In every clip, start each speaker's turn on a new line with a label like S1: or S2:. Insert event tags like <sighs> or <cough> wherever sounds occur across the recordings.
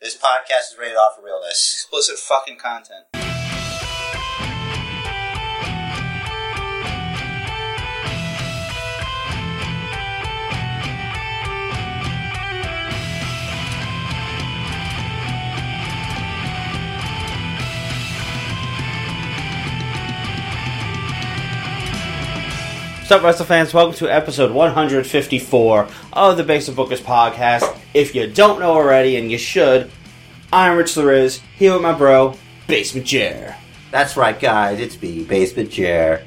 S1: This podcast is rated off for realness.
S2: Explicit fucking content.
S3: What's up, wrestling fans? Welcome to episode 154 of the Basic Bookers podcast. If you don't know already, and you should, I'm Rich Lariz, here with my bro, Basement Chair.
S1: That's right, guys. It's me, Basement Chair.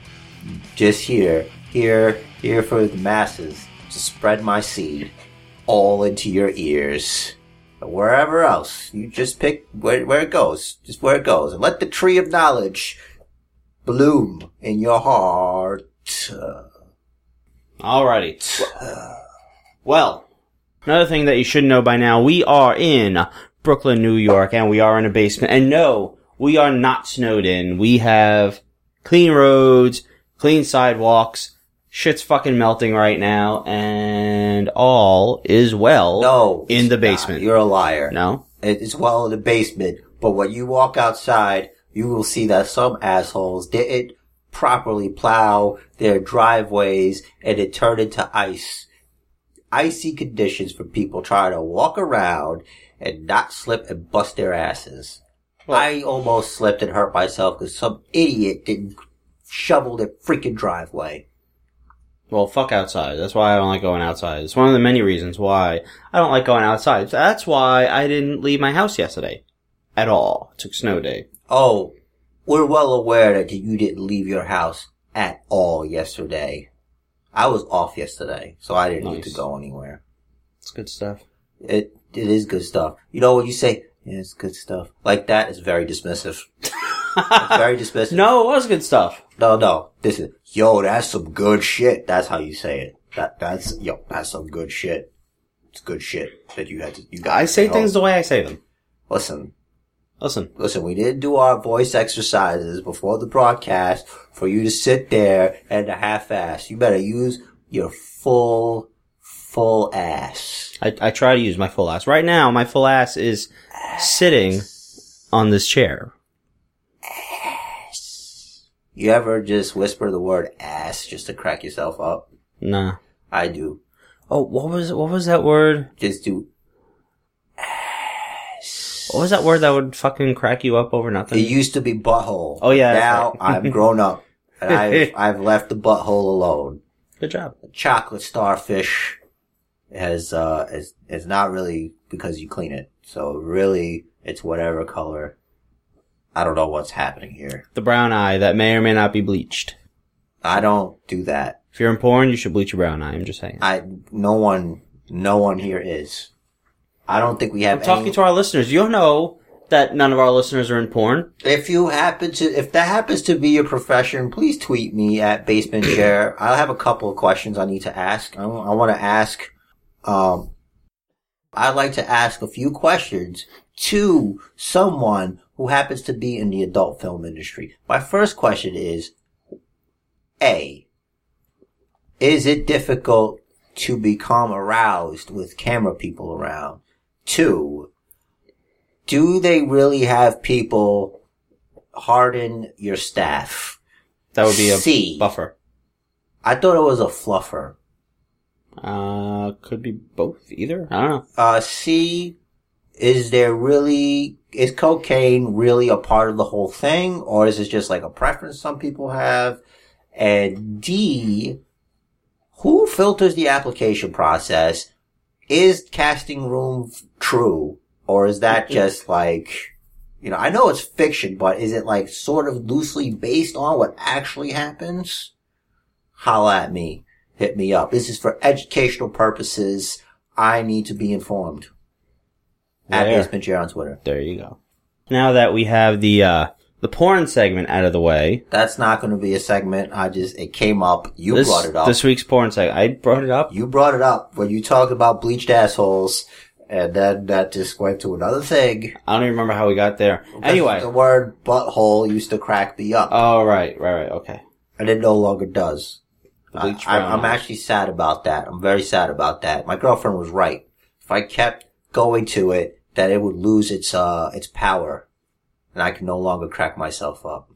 S1: Just here, here, here for the masses to spread my seed all into your ears. But wherever else, you just pick where, where it goes, just where it goes, and let the tree of knowledge bloom in your heart. Uh,
S3: Alrighty. Well, another thing that you should know by now, we are in Brooklyn, New York, and we are in a basement. And no, we are not snowed in. We have clean roads, clean sidewalks, shit's fucking melting right now, and all is well
S1: no,
S3: in the
S1: it's not.
S3: basement.
S1: You're a liar.
S3: No?
S1: It is well in the basement, but when you walk outside, you will see that some assholes didn't properly plow their driveways and it turned into ice. Icy conditions for people trying to walk around and not slip and bust their asses. I almost slipped and hurt myself because some idiot didn't shovel their freaking driveway.
S3: Well, fuck outside. That's why I don't like going outside. It's one of the many reasons why I don't like going outside. That's why I didn't leave my house yesterday. At all. It took snow day.
S1: Oh, we're well aware that you didn't leave your house at all yesterday. I was off yesterday, so I didn't need to
S3: Nice.
S1: go anywhere.
S3: It's good stuff.
S1: It it is good stuff. You know what you say? Yeah, it's good stuff. Like that is very
S3: <laughs>
S1: dismissive. It's very dismissive.
S3: No, it was good stuff.
S1: no, no. This is yo. That's some good shit. That's how you say it. That that's yo. That's some good shit. It's good shit that you had to. You got
S3: I say
S1: to know.
S3: things the way I say them.
S1: Listen,
S3: Listen,
S1: Listen, we didn't do our voice exercises before the broadcast for you to sit there and to half ass. You better use your full, full ass.
S3: I, I try to use my full ass. Right now, my full ass is sitting on this chair.
S1: You ever just whisper the word ass just to crack yourself up?
S3: Nah.
S1: I do.
S3: Oh, what was what was that word?
S1: Just do.
S3: What was that word that would fucking crack you up over
S1: It
S3: nothing?
S1: used to be butthole.
S3: Oh, yeah, that's
S1: Now
S3: right.
S1: I'm grown up
S3: <laughs>
S1: and I've, I've left the butthole alone.
S3: Good job.
S1: Chocolate starfish has, uh, is, is not really because you clean it. So really, it's whatever color. I don't know what's happening here.
S3: The brown eye that may or may not be bleached.
S1: I don't do that.
S3: If you're in porn, you should bleach your brown eye. I'm just saying.
S1: I, no one, no one here is. I don't think we have
S3: I'm talking
S1: any.
S3: to our listeners. You'll know that none of our listeners are in porn.
S1: if you happen to, if that happens to be your profession, please tweet me at basement chair. I'll have a couple of questions I need to ask. I, want to ask, um, I'd like to ask a few questions to someone who happens to be in the adult film industry. My first question is, A, is it difficult to become aroused with camera people around? Two, do they really have people harden your staff?
S3: That would be a
S1: C.
S3: buffer.
S1: I thought it was a fluffer.
S3: Uh, could be both, either. I don't know.
S1: Uh, C, is there really, is cocaine really a part of the whole thing? Or is it just like a preference some people have? And D, who filters the application process? Is casting room f- true? Or is that
S3: Mm-hmm.
S1: just like, you know, I know it's fiction, but is it like sort of loosely based on what actually happens? Holla at me. Hit me up. This is for educational purposes. I need to be informed. At
S3: There.
S1: Basement Chair on Twitter.
S3: There you go. Now that we have the uh, the porn segment out of the way,
S1: That's not going to be a segment. I just, it came up. You
S3: this,
S1: brought it up.
S3: this week's porn segment. I brought it up.
S1: You brought it up when you talked about bleached assholes, and then that just went to another thing.
S3: I don't even remember how we got there.
S1: the
S3: Anyway.
S1: word butthole used to crack me up,
S3: Oh right, right, right. Okay.
S1: and it no longer does. I,
S3: Bleach brown
S1: I, I'm
S3: eyes.
S1: actually sad about that. I'm very sad about that. My girlfriend was right. If I kept going to it, that it would lose its uh its power, and I can no longer crack myself up.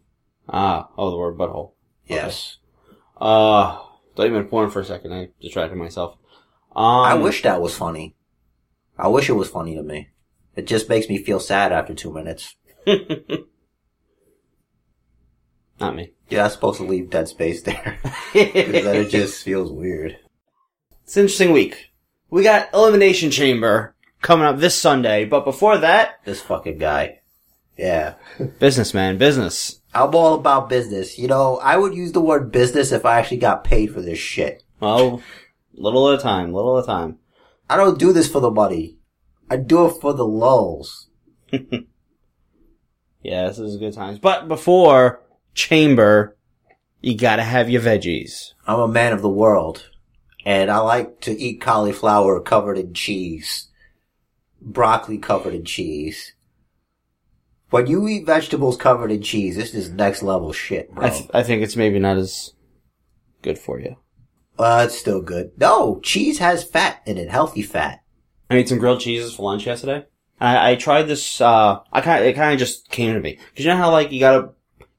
S3: Ah, oh, the word butthole.
S1: Yes,
S3: Okay. Uh, thought you meant porn for a second. I distracted myself. Um,
S1: I wish that was funny. I wish it was funny to me. It just makes me feel sad after two minutes.
S3: Not
S1: <laughs>
S3: me.
S1: Yeah, I'm supposed to leave dead space there <laughs> because then it
S3: it's <laughs>
S1: just feels weird.
S3: an interesting week. We got Elimination Chamber coming up this Sunday, but before that,
S1: This fucking guy. Yeah.
S3: business, man, business.
S1: I'm all about business. You know, I would use the word business if I actually got paid for this shit.
S3: Well, little at a time, little at a time.
S1: I don't do this for the money. I do it for the lulls.
S3: Yeah, this is good times. But before Chamber, you gotta have your veggies.
S1: I'm a man of the world. And I like to eat cauliflower covered in cheese. Broccoli covered in cheese. When you eat vegetables covered in cheese, this is next level shit, bro.
S3: I, th- I think it's maybe not as good for you.
S1: uh, it's still good. No, cheese has fat in it, healthy fat.
S3: I made some grilled cheeses for lunch yesterday. I, I tried this. Uh, I kind it kind of just came to me because you know how like you gotta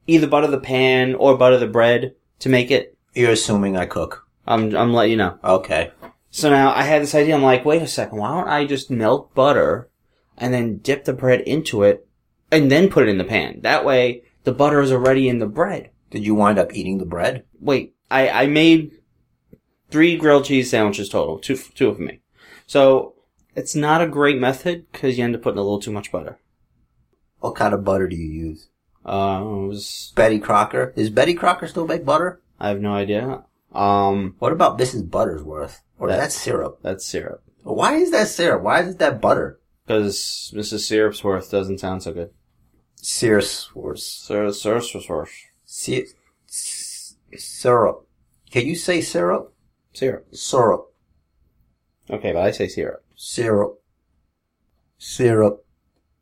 S3: either butter the pan or butter the bread to make it.
S1: You're assuming I cook.
S3: I'm I'm letting you know.
S1: Okay.
S3: So now I had this idea. I'm like, wait a second. Why don't I just melt butter and then dip the bread into it and then put it in the pan? That way the butter is already in the bread.
S1: Did you wind up eating the bread?
S3: wait, I, I made three grilled cheese sandwiches total, two two of me. So it's not a great method because you end up putting a little too much butter.
S1: What kind of butter do you use?
S3: Uh, it was,
S1: Betty Crocker. Does Betty Crocker still make butter?
S3: I have no idea. Um,
S1: What about Mrs. Buttersworth? Or
S3: That-
S1: that's syrup.
S3: that's syrup
S1: Why is that syrup? Why is that butter?
S3: because Mrs. Syrupsworth doesn't sound so good.
S1: Syrupsworth.
S3: Sir, Syrupsworth,
S1: Sy- s- syrup. Can you say syrup?
S3: syrup.
S1: Syrup.
S3: Okay, but I say syrup.
S1: Syrup. Syrup.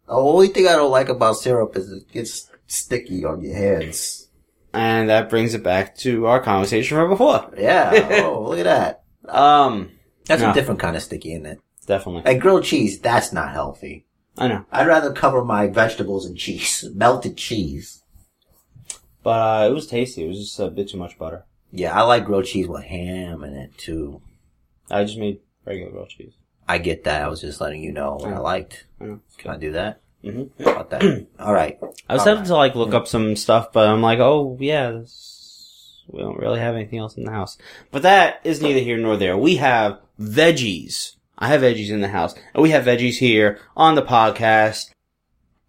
S1: The only thing I don't like about syrup is it gets sticky on your hands.
S3: And that brings it back to our conversation from before.
S1: Yeah. oh, look at that.
S3: Um,
S1: That's
S3: No.
S1: a different kind of sticky, isn't it?
S3: definitely.
S1: Like grilled cheese, that's not healthy.
S3: I know.
S1: I'd rather cover my vegetables in cheese, <laughs> melted cheese.
S3: But uh, it was tasty. It was just a bit too much butter.
S1: Yeah, I like grilled cheese with ham in it too.
S3: I just made regular grilled cheese.
S1: I get that. I was just letting you know what I liked.
S3: I know. It's
S1: Can I do that?
S3: Mhm.
S1: How About that. <clears throat> All right.
S3: I was
S1: Alright.
S3: having to like look up some stuff, but I'm like, oh yeah, this, we don't really have anything else in the house. But that is neither here nor there. We have veggies. I have veggies in the house, and we have veggies here on the podcast.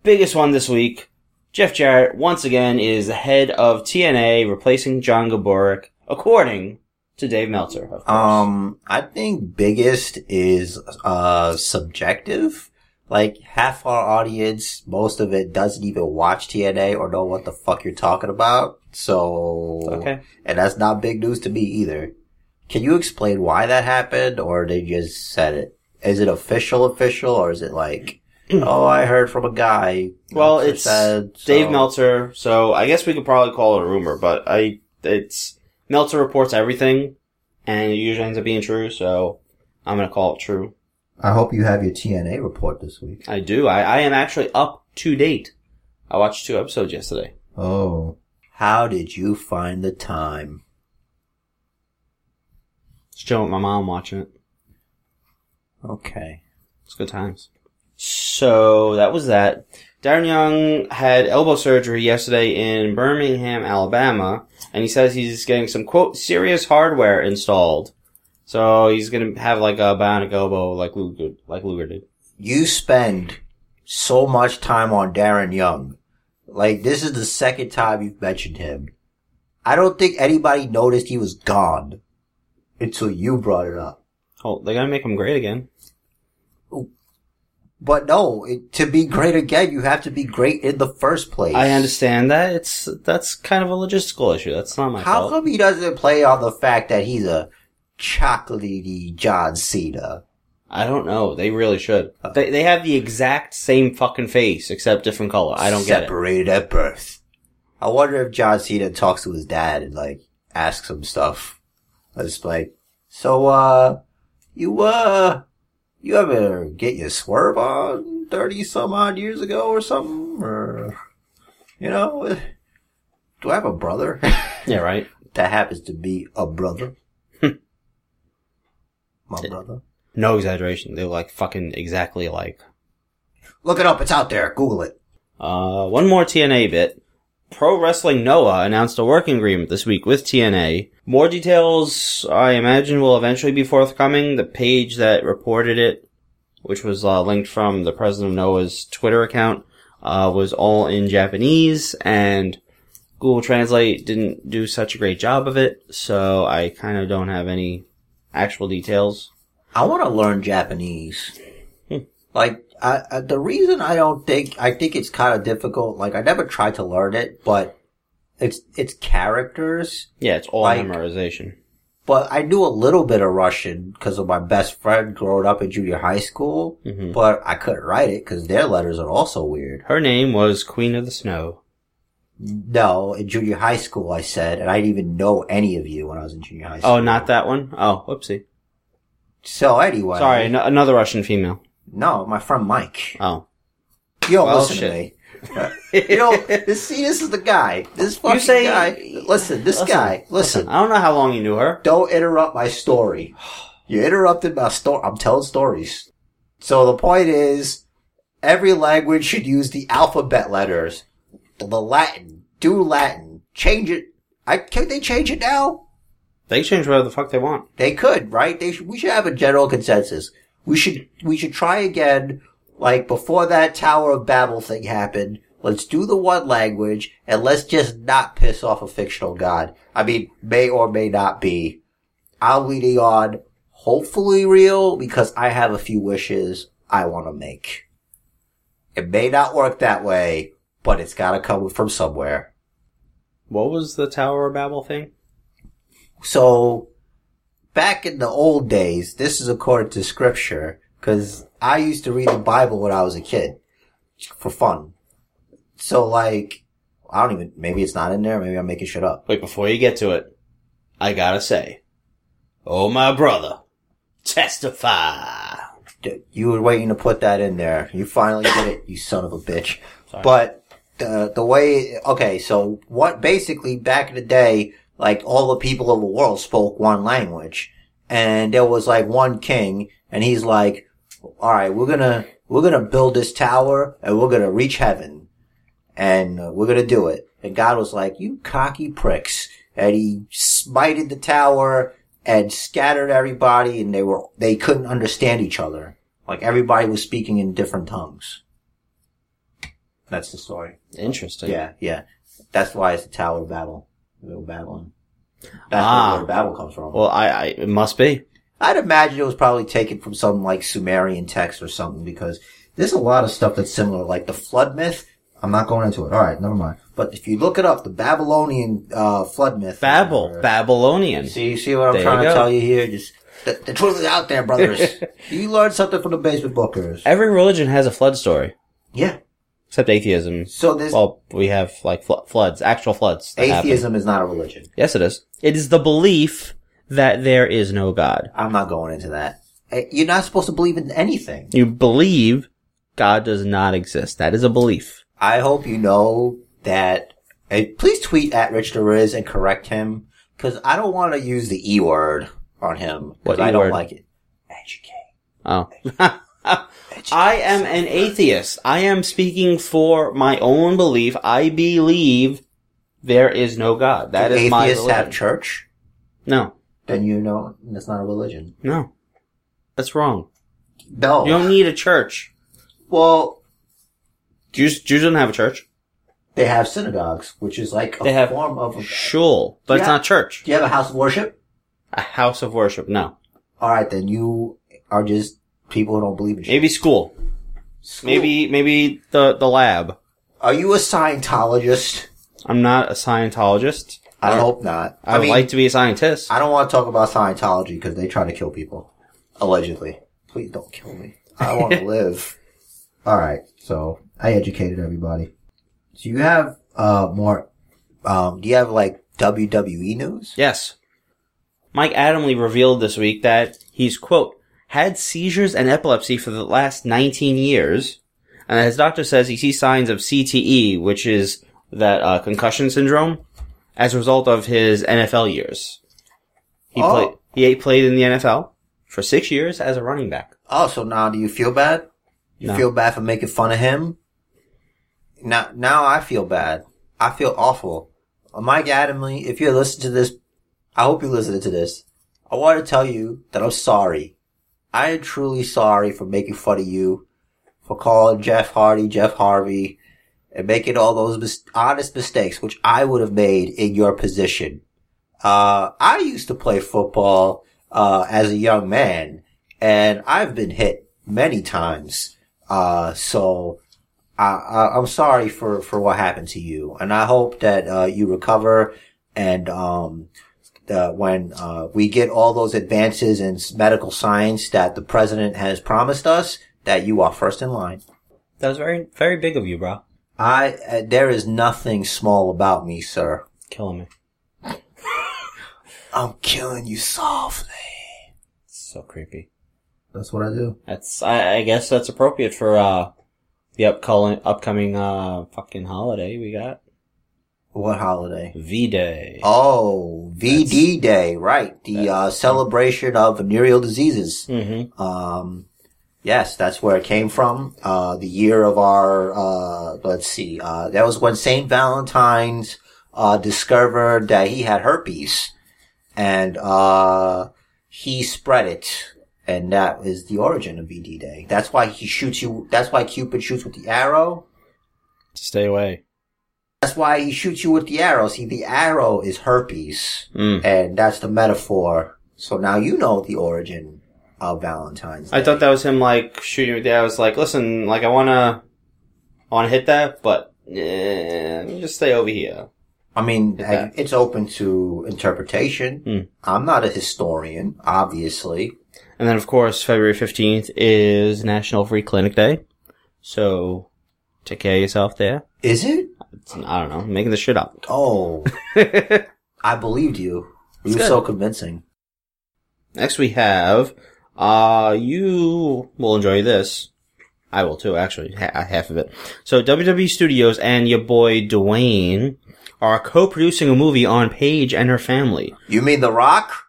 S3: Biggest one this week. Jeff Jarrett once again is the head of TNA, replacing John Gaborik, according to Dave Meltzer. Of course.
S1: Um, I think biggest is uh subjective. Like half our audience, most of it doesn't even watch TNA or know what the fuck you're talking about. So
S3: okay.
S1: and that's not big news to me either. Can you explain why that happened, or they just said it? Is it official, official, or is it
S3: <clears throat>
S1: like, oh, I heard from a guy?
S3: Well,
S1: Meltzer
S3: it's Dave
S1: so-
S3: Meltzer, so I guess we could probably call it a rumor, but I it's Meltzer reports everything, and it usually ends up being true. So I'm gonna call it true.
S1: I hope you have your TNA report this week.
S3: I do. I, I am actually up to date. I watched two episodes yesterday.
S1: Oh, how did you find the time?
S3: Still with my mom watching it.
S1: Okay,
S3: It's good times. So that was that. Darren Young had elbow surgery yesterday in Birmingham, Alabama, and he says he's getting some quote serious hardware installed. So he's gonna have like a bionic elbow, like Luger, like Luger did.
S1: you spend so much time on Darren Young. Like this is the second time you've mentioned him. I don't think anybody noticed he was gone until you brought it up.
S3: Oh, they're gonna make him great again.
S1: But no, it, to be great again, you have to be great in the first place.
S3: I understand that. It's that's kind of a logistical issue. That's not my
S1: How
S3: fault.
S1: come he doesn't play on the fact that he's a chocolatey John Cena?
S3: I don't know. They really should. They they have the exact same fucking face except different color. I don't get it.
S1: Separated at birth. I wonder if John Cena talks to his dad and like asks him stuff. It's like, so uh, you uh, you ever get your swerve on? thirty some odd years ago or something, or you know, do I have a brother <laughs>
S3: Yeah, right.
S1: that happens to be a brother?
S3: Hmm.
S1: <laughs> My brother.
S3: No exaggeration. They were like fucking exactly alike.
S1: Look it up. It's out there. Google it.
S3: Uh, one more TNA bit. Pro Wrestling Noah announced a working agreement this week with TNA. More details, I imagine, will eventually be forthcoming. The page that reported it, which was uh, linked from the president of Noah's Twitter account, uh, was all in Japanese, and Google Translate didn't do such a great job of it, so I kind of don't have any actual details.
S1: I want to learn Japanese.
S3: Hmm.
S1: like, I, I, the reason I don't think, I think it's kind of difficult. Like, I never tried to learn it, but it's, it's characters.
S3: Yeah, it's all
S1: Like-
S3: memorization.
S1: But I knew a little bit of Russian because of my best friend growing up in junior high school,
S3: Mhm.
S1: but I couldn't write it because their letters are also weird.
S3: Her name was Queen of the Snow.
S1: No, in junior high school, I said, and I didn't even know any of you when I was in junior high school.
S3: Oh, not that one? Oh, whoopsie.
S1: So anyway.
S3: Sorry, an- another Russian female.
S1: No, my friend Mike. <laughs>
S3: Oh.
S1: You don't
S3: Well,
S1: listen
S3: shit.
S1: to me. You know, this, see, this is the guy. This fucking
S3: say-
S1: guy. Listen, this guy. Listen,
S3: I don't know how long you knew her.
S1: don't interrupt my story. You interrupted my story. I'm telling stories. So the point is, every language should use the alphabet letters. The Latin, do Latin, change it. I can they change it now?
S3: They can change whatever the fuck they want.
S1: They could, right? They should, we should have a general consensus. We should we should try again, like before that Tower of Babel thing happened. Let's do the one language and let's just not piss off a fictional god. I mean, may or may not be. I'm leaning on hopefully real because I have a few wishes I want to make. It may not work that way, but it's got to come from somewhere.
S3: What was the Tower of Babel thing?
S1: So, back in the old days, this is according to scripture, because I used to read the Bible when I was a kid for fun. So, like, I don't even, maybe it's not in there, maybe I'm making shit up.
S3: Wait, before you get to it, I gotta say, oh my brother, testify.
S1: D- You were waiting to put that in there. You finally did it, you son of a bitch. But the, the way, okay, so what basically back in the day, like all the people of the world spoke one language and there was like one king and he's like, all right, we're gonna, we're gonna build this tower and we're gonna reach heaven and uh, we're gonna do it. And God was like, you cocky pricks. And he smited the tower and scattered everybody and they were, they couldn't understand each other. Like everybody was speaking in different tongues. That's the story.
S3: Interesting.
S1: Yeah, yeah. That's why it's the Tower of Babel. They were babbling. That's
S3: Ah.
S1: where the word Babel comes from.
S3: Well, I, I it must be.
S1: I'd imagine it was probably taken from some like Sumerian text or something because there's a lot of stuff that's similar, like the flood myth. I'm not going into it. All right, never mind. But if you look it up, the Babylonian uh, flood myth.
S3: Babel, Babylonian.
S1: See, see what I'm
S3: There
S1: trying
S3: you
S1: to
S3: go.
S1: tell you here. Just the, the truth is out there, brothers.
S3: <laughs>
S1: you learned something from the basement bookers.
S3: Every religion has a flood story,
S1: Yeah.
S3: except atheism.
S1: So this
S3: Well, we have like flo- floods, actual floods. That happen.
S1: atheism is not a religion.
S3: Yes, it is. It is the belief that there is no God.
S1: I'm not going into that. Uh, You're not supposed to believe in anything.
S3: You believe God does not exist. That is a belief.
S1: I hope you know that. And please tweet at Rich DeRiz and correct him because I don't want to use the E word on him
S3: What
S1: because
S3: E
S1: I don't
S3: E-word?
S1: like it. Educate.
S3: Oh. <laughs> I am an atheist. I am speaking for my own belief. I believe there is no God. That
S1: Do
S3: is my
S1: atheists have
S3: religion.
S1: church?
S3: No,
S1: Then you know that's not a religion.
S3: no. That's wrong.
S1: No.
S3: You don't need a church.
S1: well,
S3: Jews, Jews don't have a church.
S1: they have synagogues, which is like a
S3: They have-
S1: form of.
S3: Shul, but it's
S1: Yeah.
S3: not church.
S1: Do you have a house of worship?
S3: A house of worship. No.
S1: All right, then you are just people who don't believe in shit.
S3: Maybe school.
S1: School.
S3: Maybe, maybe the, the lab.
S1: Are you a Scientologist?
S3: I'm not a Scientologist.
S1: I
S3: don't-
S1: hope not.
S3: I would
S1: mean,
S3: like to be a scientist.
S1: I don't want to talk about Scientology because they try to kill people. Allegedly. Please don't kill me. I want to live. Alright, so I educated everybody. So you have, uh, more, um, do you have like WWE news?
S3: Yes. Mike Adamley revealed this week that he's, quote, had seizures and epilepsy for the last 19 years And his doctor says he sees signs of CTE, which is that uh, concussion syndrome, as a result of his NFL years. He
S1: Oh.
S3: played. He played in the NFL for six years as a running back.
S1: Oh, so now do you feel bad? You
S3: No.
S1: feel bad for making fun of him? Now, now I feel bad. I feel awful. Mike Adamley, if you're listening to this, I hope you're listening to this. I want to tell you that I'm sorry. I am truly sorry for making fun of you, for calling Jeff Hardy, Jeff Harvey, and making all those mis- honest mistakes which I would have made in your position. Uh, I used to play football, uh, as a young man and I've been hit many times. Uh, so I, I, I'm sorry for, for what happened to you. And I hope that, uh, you recover and, um, uh, when, uh, we get all those advances in s- medical science that the president has promised us, that you are first in line.
S3: That was very, very big of you, bro.
S1: I, uh, there is nothing small about me, sir.
S3: Killing me.
S1: I'm killing you softly.
S3: So creepy.
S1: That's what I do.
S3: That's. I, I guess that's appropriate for uh, the upcoming upcoming uh fucking holiday we got
S1: What holiday?
S3: V Day.
S1: Oh, VD Day, right? The uh, celebration of venereal diseases.
S3: Mm-hmm.
S1: Um, yes, that's where it came from. Uh, the year of our uh, let's see, uh, that was when Saint Valentine's uh, discovered that he had herpes, and uh, he spread it, and that is the origin of VD Day. That's why he shoots you. That's why Cupid shoots with the arrow.
S3: Stay away.
S1: That's why he shoots you with the arrow. See, the arrow is herpes.
S3: Mm.
S1: And that's the metaphor. So now you know the origin of Valentine's Day.
S3: I thought that was him like shooting with that. I was like, listen, like I wanna, I wanna hit that, but eh, let me just stay over here.
S1: I mean,
S3: Yeah.
S1: I- it's open to interpretation.
S3: Hmm.
S1: I'm not a historian, obviously.
S3: And then of course February fifteenth is National Free Clinic Day, so take care of yourself there.
S1: Is it?
S3: It's, I don't know, I'm making this shit up. <laughs>
S1: Oh, I believed you. You were
S3: good.
S1: so convincing.
S3: Next we have, uh, you will enjoy this. I will too, actually, ha- uh, half of it. So WWE Studios and your boy Dwayne are co-producing a movie on Paige and her family.
S1: You mean The Rock?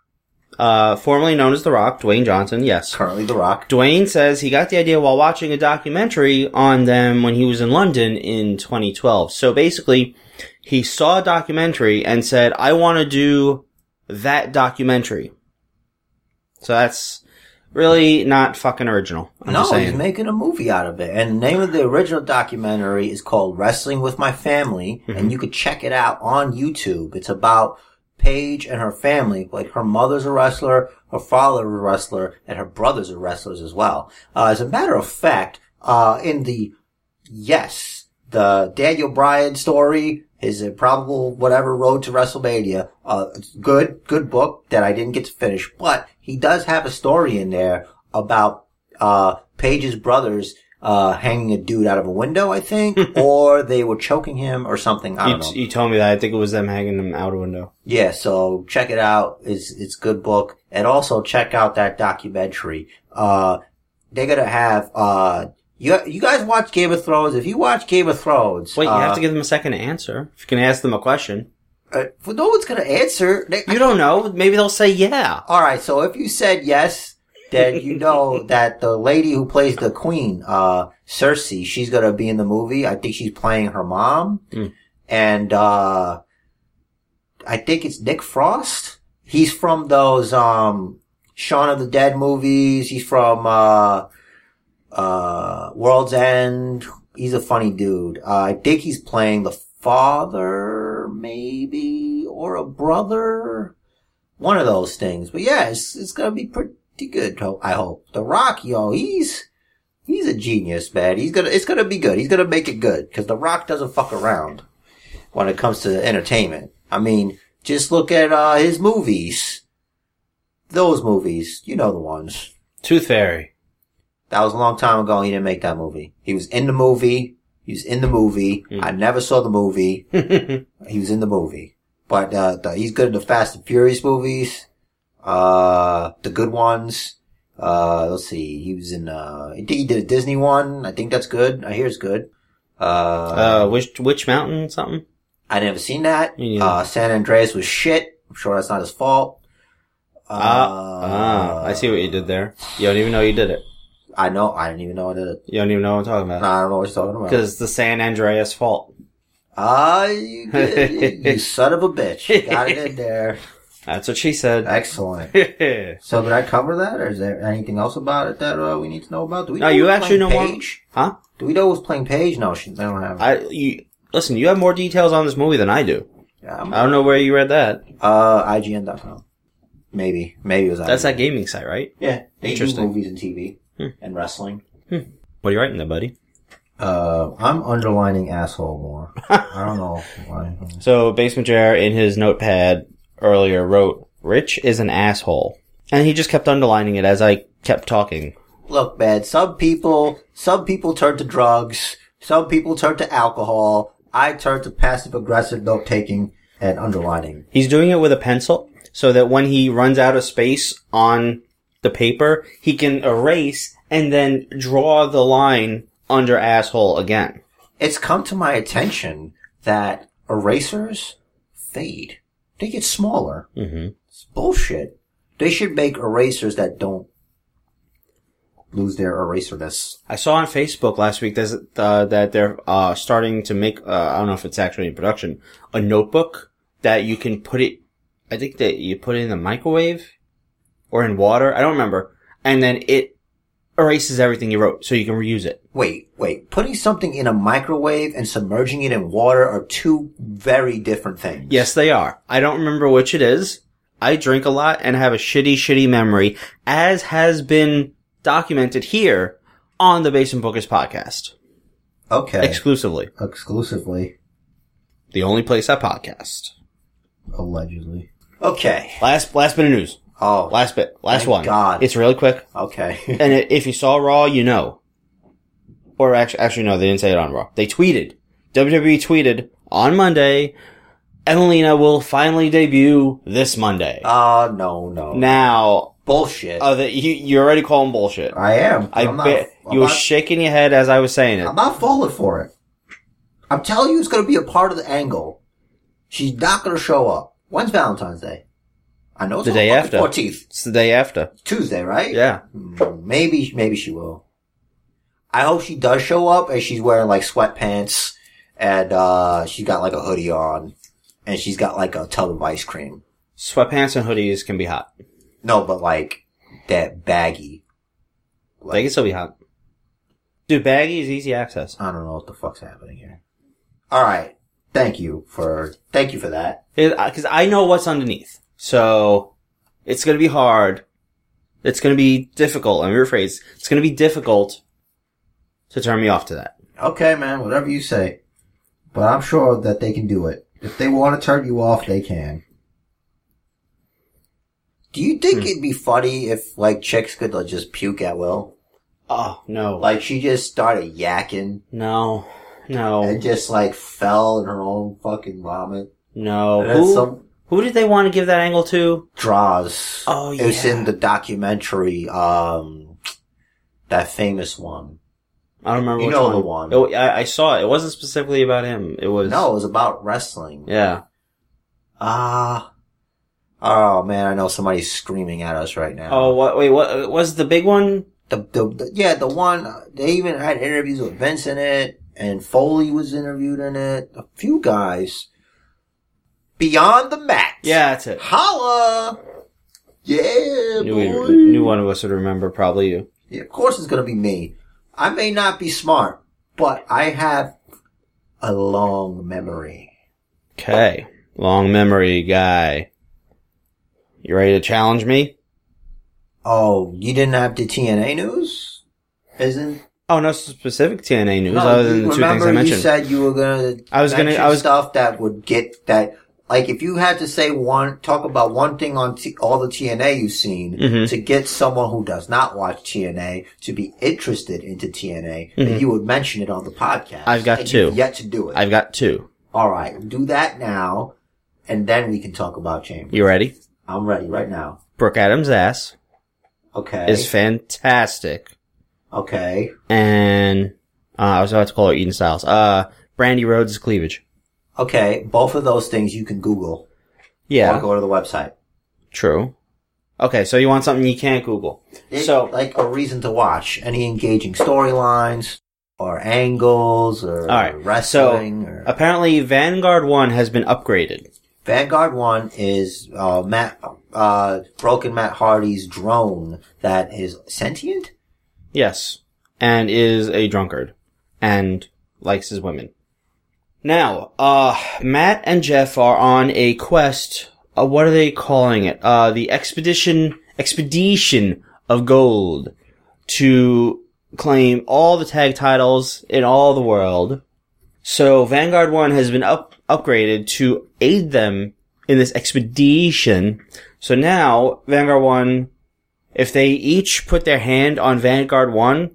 S3: uh, formerly known as The Rock, Dwayne Johnson, yes.
S1: Currently The Rock.
S3: Dwayne says he got the idea while watching a documentary on them when he was in London in 2012. So basically, he saw a documentary and said, I want to do that documentary. So that's really not fucking original. I'm
S1: no,
S3: just
S1: he's
S3: saying.
S1: making a movie out of it. And the name of the original documentary is called Wrestling with My Family.
S3: Mm-hmm.
S1: And you could check it out on YouTube. It's about Paige and her family. Like her mother's a wrestler, her father's a wrestler, and her brothers are wrestlers as well. Uh, as a matter of fact, uh, in the yes, the Daniel Bryan story, his improbable whatever road to WrestleMania, uh, it's good, good book that I didn't get to finish, but he does have a story in there about, uh, Paige's brothers, uh, hanging a dude out of a window,
S3: <laughs>
S1: I think, or they were choking him or something. I
S3: you,
S1: don't know.
S3: you told me that. I think it was them hanging him out a window.
S1: Yeah, so check it out. It's it's a good book, and also check out that documentary. Uh, they're gonna have uh, you you guys watch Game of Thrones. If you watch Game of Thrones,
S3: Wait, you
S1: uh,
S3: have to give them a second to answer. If you can ask them a question.
S1: uh, well, no one's gonna answer. They,
S3: You don't know. Maybe they'll say yeah.
S1: all right, so if you said yes, then you know that the lady who plays the queen, uh, Cersei, she's gonna be in the movie. I think she's playing her mom,
S3: Mm.
S1: and uh, I think it's Nick Frost. He's from those um, Shaun of the Dead movies. He's from uh, uh, World's End. He's a funny dude. Uh, I think he's playing the father, maybe, or a brother one of those things. But yeah, it's, it's gonna be pretty good. ho- I hope the Rock, yo, he's he's a genius, man. He's gonna it's gonna be good. He's gonna make it good because the Rock doesn't fuck around when it comes to entertainment. I mean, just look at uh, his movies. Those movies, you know the ones.
S3: Tooth Fairy.
S1: That was a long time ago. He didn't make that movie. He was in the movie. He was in the movie. I never saw the movie. He was in the movie, but uh, the, he's good in the Fast and Furious movies, uh, the good ones. Uh, let's see. He was in, uh, he did he did a Disney one. I think that's good. I hear it's good. Uh,
S3: <laughs> Uh, which Witch Mountain something?
S1: I never seen that.
S3: Me neither.
S1: Uh, San Andreas was shit. I'm sure that's not his fault. Uh,
S3: ah, I see what you did there. You don't even know you did it.
S1: I know. I didn't even know what it is.
S3: You don't even know what I'm talking about.
S1: Nah, I don't know what you're talking about.
S3: Because it's the San Andreas fault.
S1: Ah, you,
S3: <laughs>
S1: you son of a bitch. Got it in there.
S3: That's what she
S1: Ah.
S3: <laughs> said.
S1: Excellent.
S3: huh?
S1: So did I cover that, or is there anything else about it that uh, we need to know about? Do we
S3: No,
S1: know
S3: you
S1: who's
S3: actually know
S1: playing
S3: more-
S1: Paige? Do we know who's playing Paige? No, she, they don't have.
S3: I you listen. You have more details on this movie than I do.
S1: yeah, I'm-
S3: I don't know where you read that.
S1: uh, IGN.com. Maybe, maybe it was
S3: That's
S1: IGN.
S3: that gaming site, right?
S1: yeah. They do
S3: Interesting. Hmm.
S1: movies and TV and wrestling.
S3: What are you writing there, buddy?
S1: Uh, I'm underlining
S3: <laughs>
S1: asshole more. I don't know why.
S3: So Basement Jar in his notepad earlier wrote, "Rich is an asshole," and he just kept underlining it as I kept talking.
S1: Look, man. Some people, some people turn to drugs. Some people turn to alcohol. I turn to passive aggressive note taking and underlining.
S3: He's doing it with a pencil so that when he runs out of space on the paper, he can erase and then draw the line under asshole again.
S1: it's come to my attention that erasers fade. They get smaller.
S3: Mm-hmm.
S1: It's bullshit. They should make erasers that don't lose their eraserness.
S3: I saw on Facebook last week there's, uh, that they're uh, starting to make, uh, I don't know if it's actually in production, a notebook that you can put it, I think that you put it in the microwave or in water, I don't remember, and then it erases everything you wrote so you can reuse it.
S1: Wait, wait. Putting something in a microwave and submerging it in water are two very different things.
S3: Yes, they are. I don't remember which it is. I drink a lot and have a shitty, shitty memory, as has been documented here on the Basin Bookers podcast,
S1: Okay.
S3: exclusively.
S1: Exclusively.
S3: The only place I podcast.
S1: Allegedly. Okay.
S3: Last, last bit of news.
S1: Oh.
S3: Last bit. Last
S1: Thank
S3: one.
S1: God.
S3: It's really quick.
S1: Okay. <laughs>
S3: And i if you saw Raw, you know. Or actually, actually, no, they didn't say it on Raw. They tweeted. WWE tweeted on Monday, Emelina will finally debut this Monday.
S1: Oh, no, no.
S3: now,
S1: Bullshit.
S3: Oh, that you you already calling bullshit.
S1: I am.
S3: I
S1: I'm not-
S3: bet
S1: I'm
S3: you were
S1: not-
S3: shaking your head as I was saying it.
S1: I'm not falling for it. I'm telling you, it's going to be a part of the angle. She's not going to show up. When's Valentine's Day? I know it's
S3: The
S1: on
S3: day
S1: fucking
S3: after.
S1: 14th,
S3: It's the day after.
S1: Tuesday, right?
S3: Yeah.
S1: Hmm, Maybe, maybe she will. I hope she does show up and she's wearing like sweatpants and, uh, she's got like a hoodie on and she's got like a tub of ice cream.
S3: Sweatpants and hoodies can be hot.
S1: No, but like that baggy.
S3: They can still be hot. Dude, baggy is easy access.
S1: I don't know what the fuck's happening here. All right. Thank you for, thank you for that.
S3: Because uh, I know what's underneath. So, it's going to be hard. It's going to be difficult. Let me rephrase. It's going to be difficult to turn me off to that.
S1: Okay, man, whatever you say. But I'm sure that they can do it. If they want to turn you off, they can. Do you
S3: Hmm.
S1: think it'd be funny if, like, chicks could like, just puke at will?
S3: Oh, no.
S1: Like, she just started yakking
S3: no. No.
S1: and just, like, fell in her own fucking vomit.
S3: No.
S1: And then
S3: Oh, Who,
S1: some
S3: who did they want to give that angle to?
S1: draws.
S3: Oh,
S1: It was
S3: yeah.
S1: in the documentary, um, that famous one.
S3: I don't remember
S1: You
S3: which
S1: know
S3: one.
S1: the one.
S3: It- I, I saw it. It wasn't specifically about him. It was
S1: No, it was about wrestling.
S3: Yeah.
S1: Ah. oh, man, I know somebody's screaming at us right now.
S3: Oh, what? Wait, what uh, was the big one?
S1: the, the, the yeah the one uh, they even had interviews with Vince in it and Foley was interviewed in it a few guys beyond the mat
S3: Yeah, that's it.
S1: holla yeah
S3: Knew,
S1: boy.
S3: we, knew one of us would remember. Probably you.
S1: Yeah, of course it's gonna be me I may not be smart but I have a long memory
S3: Okay. Long memory guy. You ready to challenge me?
S1: oh you didn't have the TNA news isn't
S3: Oh, no specific TNA news
S1: No,
S3: other
S1: you
S3: than the two things
S1: remember
S3: I
S1: you
S3: mentioned.
S1: said you were gonna.
S3: I was gonna-
S1: mention
S3: I was-
S1: stuff that would get that. Like, if you had to say one, talk about one thing on t- all the TNA you've seen
S3: Mhm.
S1: to get someone who does not watch TNA to be interested into TNA, then
S3: Mhm.
S1: you would mention it on the podcast.
S3: I've got
S1: and you've
S3: two.
S1: yet to do it.
S3: I've got two.
S1: all right, do that now, and then we can talk about Chamber.
S3: You ready?
S1: I'm ready right now.
S3: Brooke Adams' ass
S1: Okay.
S3: is fantastic.
S1: okay.
S3: And uh, I was about to call her Eden Styles. Uh, Brandy Rhodes' cleavage.
S1: Okay. Both of those things you can Google or
S3: Yeah,
S1: go to the website.
S3: true. Okay, so you want something you can't Google.
S1: It-
S3: So-
S1: like a reason to watch any engaging storylines or angles or
S3: All right, uh,
S1: wrestling or
S3: Apparently, Vanguard One has been upgraded.
S1: Vanguard One is uh, Matt uh, broken Matt Hardy's drone that is sentient.
S3: Yes, and is a drunkard and likes his women. Now, uh, Matt and Jeff are on a quest. Uh, what are they calling it? Uh, the expedition, expedition of gold to claim all the tag titles in all the world. So Vanguard 1 has been up, upgraded to aid them in this expedition. So now Vanguard 1, if they each put their hand on Vanguard 1,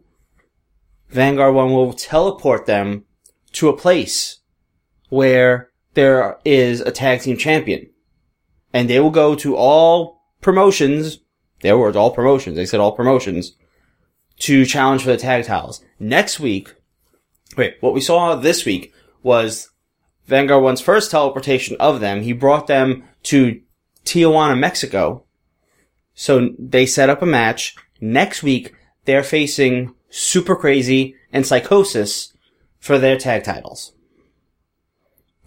S3: Vanguard 1 will teleport them to a place where there is a tag team champion. And they will go to all promotions, their words, all promotions, they said all promotions, to challenge for the tag titles. Next week, wait, what we saw this week was Vanguard 1's first teleportation of them. He brought them to Tijuana, Mexico. So they set up a match. Next week, they're facing Super Crazy and Psychosis for their tag titles.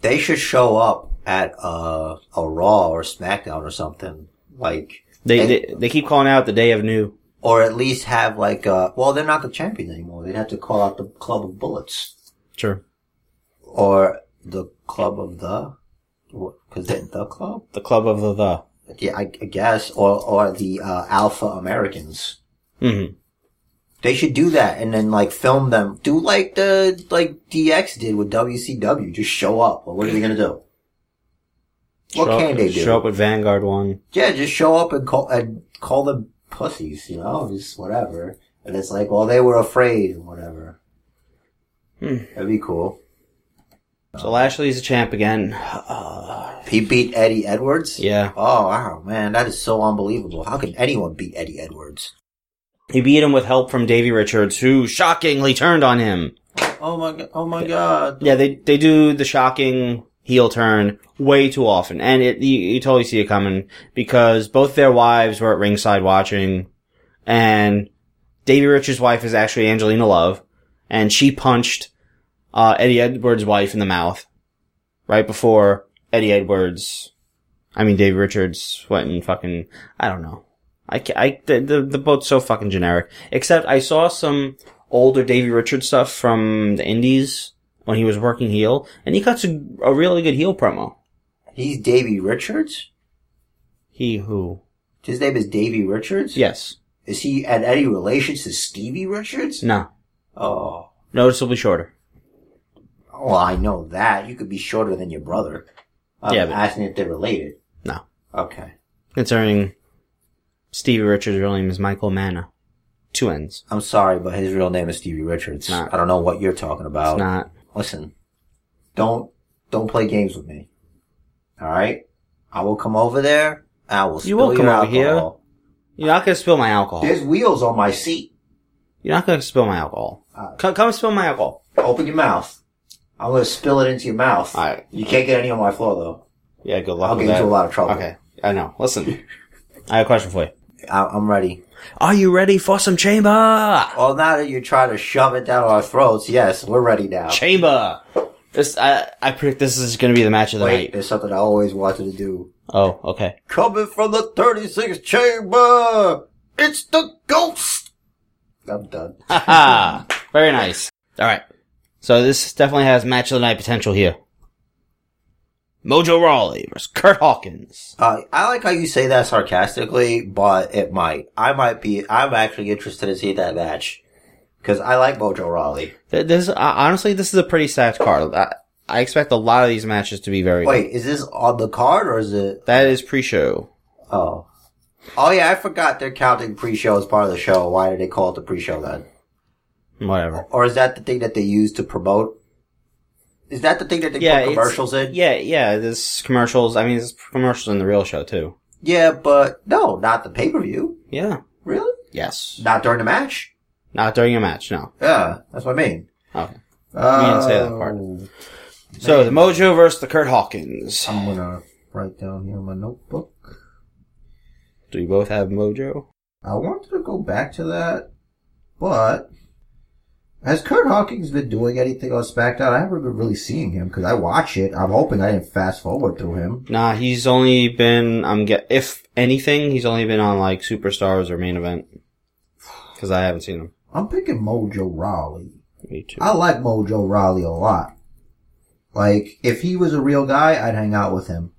S1: They should show up at a, a Raw or SmackDown or something like,
S3: They,
S1: And-
S3: they they keep calling out the day of new.
S1: or at least have like a. Well, they're not the champions anymore. They'd have to call out the Club of Bullets
S3: Sure.
S1: or the Club of the, because they're the club.
S3: The club of the the.
S1: Yeah, I, I guess, or or the uh, Alpha Americans.
S3: Mhm.
S1: They should do that and then like film them. Do like the like DX did with WCW. Just show up. Well, what are they gonna do? What
S3: Show up-
S1: can they do?
S3: Show up with Vanguard one.
S1: Yeah, just show up and call and call them pussies. You know, just whatever. And it's like, well, they were afraid and whatever.
S3: Hmm.
S1: That'd be cool.
S3: So Lashley's a champ again. Uh,
S1: He beat Eddie Edwards.
S3: yeah,
S1: Oh wow, man, that is so unbelievable. How can anyone beat Eddie Edwards?
S3: he beat him with help from Davy Richards, who shockingly turned on him.
S1: Oh my, go- oh my God.
S3: Yeah, they they do the shocking heel turn way too often, and it you, you totally see it coming because both their wives were at ringside watching, and Davy Richards' wife is actually Angelina Love, and she punched uh, Eddie Edwards' wife in the mouth right before Eddie Edwards, I mean Davy Richards went and fucking I don't know. I, ca- I the, the the boat's so fucking generic. Except I saw some older Davy Richards stuff from the Indies when he was working heel, and he cuts a, a really good heel promo.
S1: He's Davy Richards?
S3: He who?
S1: His name is Davy Richards?
S3: Yes.
S1: Is he at any relations to Stevie Richards?
S3: No.
S1: Oh.
S3: Noticeably shorter.
S1: Well, I know that. You could be shorter than your brother. I'm
S3: Yeah, but-
S1: asking if they're related.
S3: No.
S1: Okay.
S3: Concerning Stevie Richards' real name is Michael Manna. Two N's.
S1: I'm sorry, but his real name is Stevie Richards.
S3: Not-
S1: I don't know what you're talking about.
S3: It's not.
S1: Listen, don't, don't play games with me. Alright? I will come over there. I will spill
S3: You will
S1: your
S3: come over here.
S1: alcohol.
S3: You're not gonna spill my alcohol.
S1: There's wheels on my seat.
S3: You're not gonna spill my alcohol.
S1: Uh.
S3: Come, come spill my alcohol.
S1: Open your mouth. I'm gonna spill it into your mouth.
S3: Alright.
S1: You can't get any on my floor though.
S3: Yeah, good luck
S1: I'll
S3: with
S1: get into
S3: that.
S1: a lot of trouble.
S3: Okay, I know.
S1: <laughs>
S3: Listen, I have a question for you.
S1: I, I'm ready.
S3: Are you ready for some chamber?
S1: Well, now that you're trying to shove it down our throats, yes, we're ready now.
S3: Chamber. This I I predict this is going to be the match of the
S1: Wait,
S3: night.
S1: there's something I always wanted to do.
S3: Oh, okay.
S1: Coming from the 36th chamber, it's the ghost! I'm done.
S3: <laughs> Haha. Very nice. All right. So this definitely has match of the night potential here. Mojo Rawley versus Kurt Hawkins.
S1: Uh, I like how you say that sarcastically, but it might. I might be, I'm actually interested to see that match. Cause I like Mojo Raleigh.
S3: Th- This uh, honestly, this is a pretty stacked card. I, I expect a lot of these matches to be very.
S1: Wait, is this on the card or is it,
S3: That is pre-show.
S1: oh. Oh yeah, I forgot they're counting pre-show as part of the show. Why did they call it the pre-show then?
S3: Whatever.
S1: Or is that the thing that they use to promote? Is that the thing that they
S3: Yeah,
S1: put
S3: it's-
S1: commercials in?
S3: Yeah, yeah. There's commercials. I mean, there's commercials in the real show too.
S1: Yeah, but no, not the pay per view.
S3: Yeah.
S1: Really?
S3: Yes.
S1: Not during the match?
S3: Not during a match, no.
S1: Yeah, that's what I mean.
S3: Okay.
S1: Uh,
S3: didn't say that part. So the Mojo versus the Kurt Hawkins.
S1: I'm gonna write down here in my notebook.
S3: Do you both have Mojo?
S1: I wanted to go back to that, but has Kurt Hawkins been doing anything on SmackDown? I haven't been really seeing him because I watch it. I'm hoping I didn't fast forward through him.
S3: Nah, he's only been I'm get if anything, he's only been on like superstars or main event. Because I haven't seen him.
S1: I'm picking Mojo Raleigh.
S3: Me too.
S1: I like Mojo Raleigh a lot. Like, if he was a real guy, I'd hang out with him.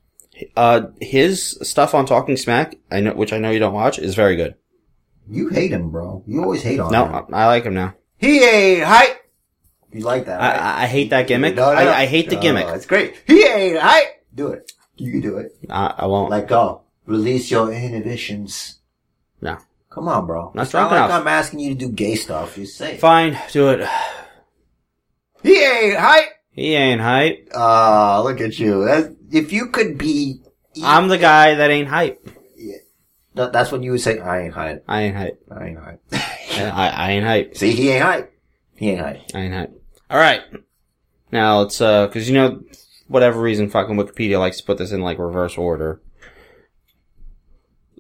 S3: Uh, his stuff on Talking Smack, I know, which I know you don't watch, is very good.
S1: You hate him, bro. You always hate on
S3: No,
S1: him.
S3: I, I like him now.
S1: He ain't hype. You like that?
S3: I,
S1: right?
S3: I- I hate that gimmick.
S1: No, no, no.
S3: I, I hate the
S1: No,
S3: gimmick.
S1: It's great. He ain't hype. Do it. You can do it.
S3: I, I won't.
S1: Let go. Release your inhibitions.
S3: No.
S1: Come on, bro.
S3: Not
S1: it's
S3: drunk
S1: not like
S3: enough.
S1: I'm asking you to do gay stuff. You're safe.
S3: Fine, do it.
S1: He ain't hype.
S3: He ain't hype.
S1: Ah, look at you. That's, if you could be,
S3: I'm the guy that ain't hype.
S1: Th- that's when you would say, I ain't hype.
S3: I ain't hype.
S1: I
S3: <laughs>
S1: ain't hype.
S3: I, I ain't hype.
S1: <laughs> See, he ain't hype. He ain't hype.
S3: I ain't hype. All right. Now it's uh, because you know, whatever reason, fucking Wikipedia likes to put this in like reverse order.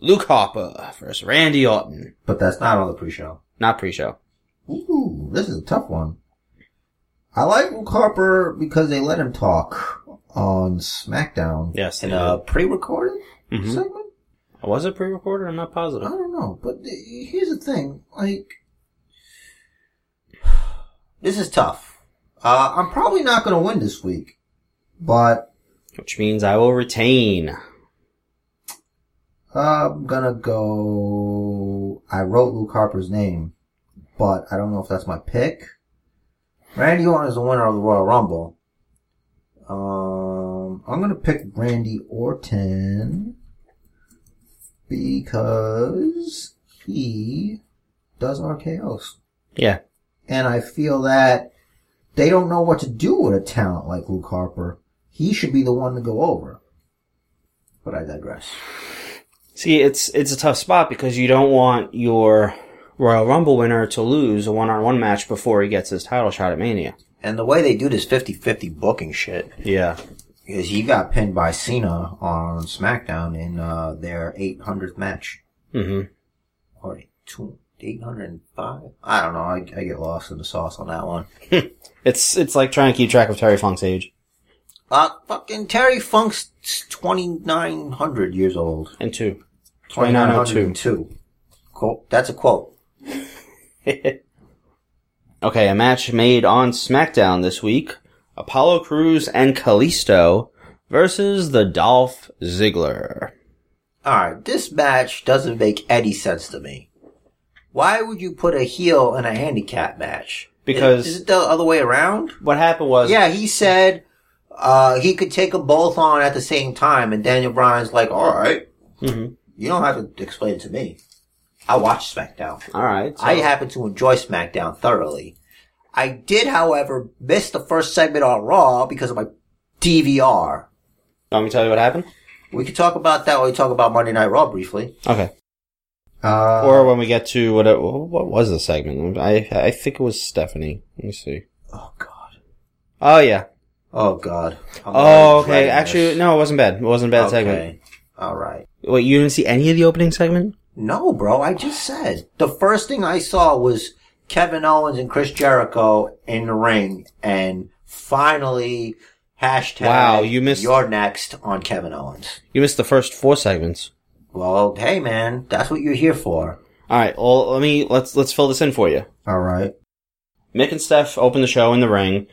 S3: Luke Harper versus Randy Orton.
S1: But that's not on the pre-show.
S3: Not pre-show.
S1: Ooh, this is a tough one. I like Luke Harper because they let him talk on SmackDown.
S3: Yes,
S1: In
S3: they
S1: a pre-recorded
S3: Mhm.
S1: segment?
S3: uh, Was it pre-recorded? I'm not
S1: I
S3: positive.
S1: don't know, but th- here's the thing. Like, this is tough. Uh, I'm probably not going to win this week, but
S3: Which means I will retain.
S1: I'm going to go. I wrote Luke Harper's name, but I don't know if that's my pick. Randy Orton is the winner of the Royal Rumble. Um, I'm going to pick Randy Orton because he does RKOs.
S3: Yeah.
S1: And I feel that they don't know what to do with a talent like Luke Harper. He should be the one to go over. But I digress.
S3: See, it's it's a tough spot because you don't want your Royal Rumble winner to lose a one-on-one match before he gets his title shot at Mania.
S1: And the way they do this 50-50 booking shit
S3: Yeah.
S1: is he got pinned by Cena on SmackDown in uh, their 800th match.
S3: hmm
S1: Or two- 805? I don't know. I, I get lost in the sauce on that one.
S3: It's it's like trying to keep track of Terry Funk's age
S1: Uh, fucking Terry Funk's 2,900 years old.
S3: and two.
S1: 2,902. Quote. That's a quote.
S3: <laughs> Okay, a match made on SmackDown this week: Apollo Cruz and Kalisto versus the Dolph Ziggler.
S1: Alright, this match doesn't make any sense to me. Why would you put a heel in a handicap match?
S3: Because-
S1: Is, is it the other way around?
S3: What happened was,
S1: Yeah, he said uh, he could take them both on at the same time, and Daniel Bryan's like, alright,
S3: Mhm.
S1: you don't have to explain it to me. I watch SmackDown.
S3: All right. so-
S1: I happen to enjoy SmackDown thoroughly. I did, however, miss the first segment on Raw because of my DVR.
S3: want me to tell you what happened?
S1: We could talk about that when we talk about Monday Night Raw briefly.
S3: Okay.
S1: Uh,
S3: or when we get to what it, what was the segment? I I think it was Stephanie. Let me see.
S1: oh god.
S3: Oh yeah.
S1: Oh God. I'm
S3: Oh
S1: already
S3: okay.
S1: dreading
S3: Actually,
S1: this.
S3: no, it wasn't bad. It wasn't a bad segment.
S1: Okay. All right.
S3: Wait, you didn't see any of the opening segment?
S1: No, bro. I just said the first thing I saw was Kevin Owens and Chris Jericho in the ring, and finally hashtag.
S3: Wow, you missed-
S1: You're next on Kevin Owens.
S3: You missed the first four segments.
S1: Well, hey man, that's what you're here for.
S3: All right. Well, let me let's let's fill this in for you.
S1: All right.
S3: Mick and Steph open the show in the ring.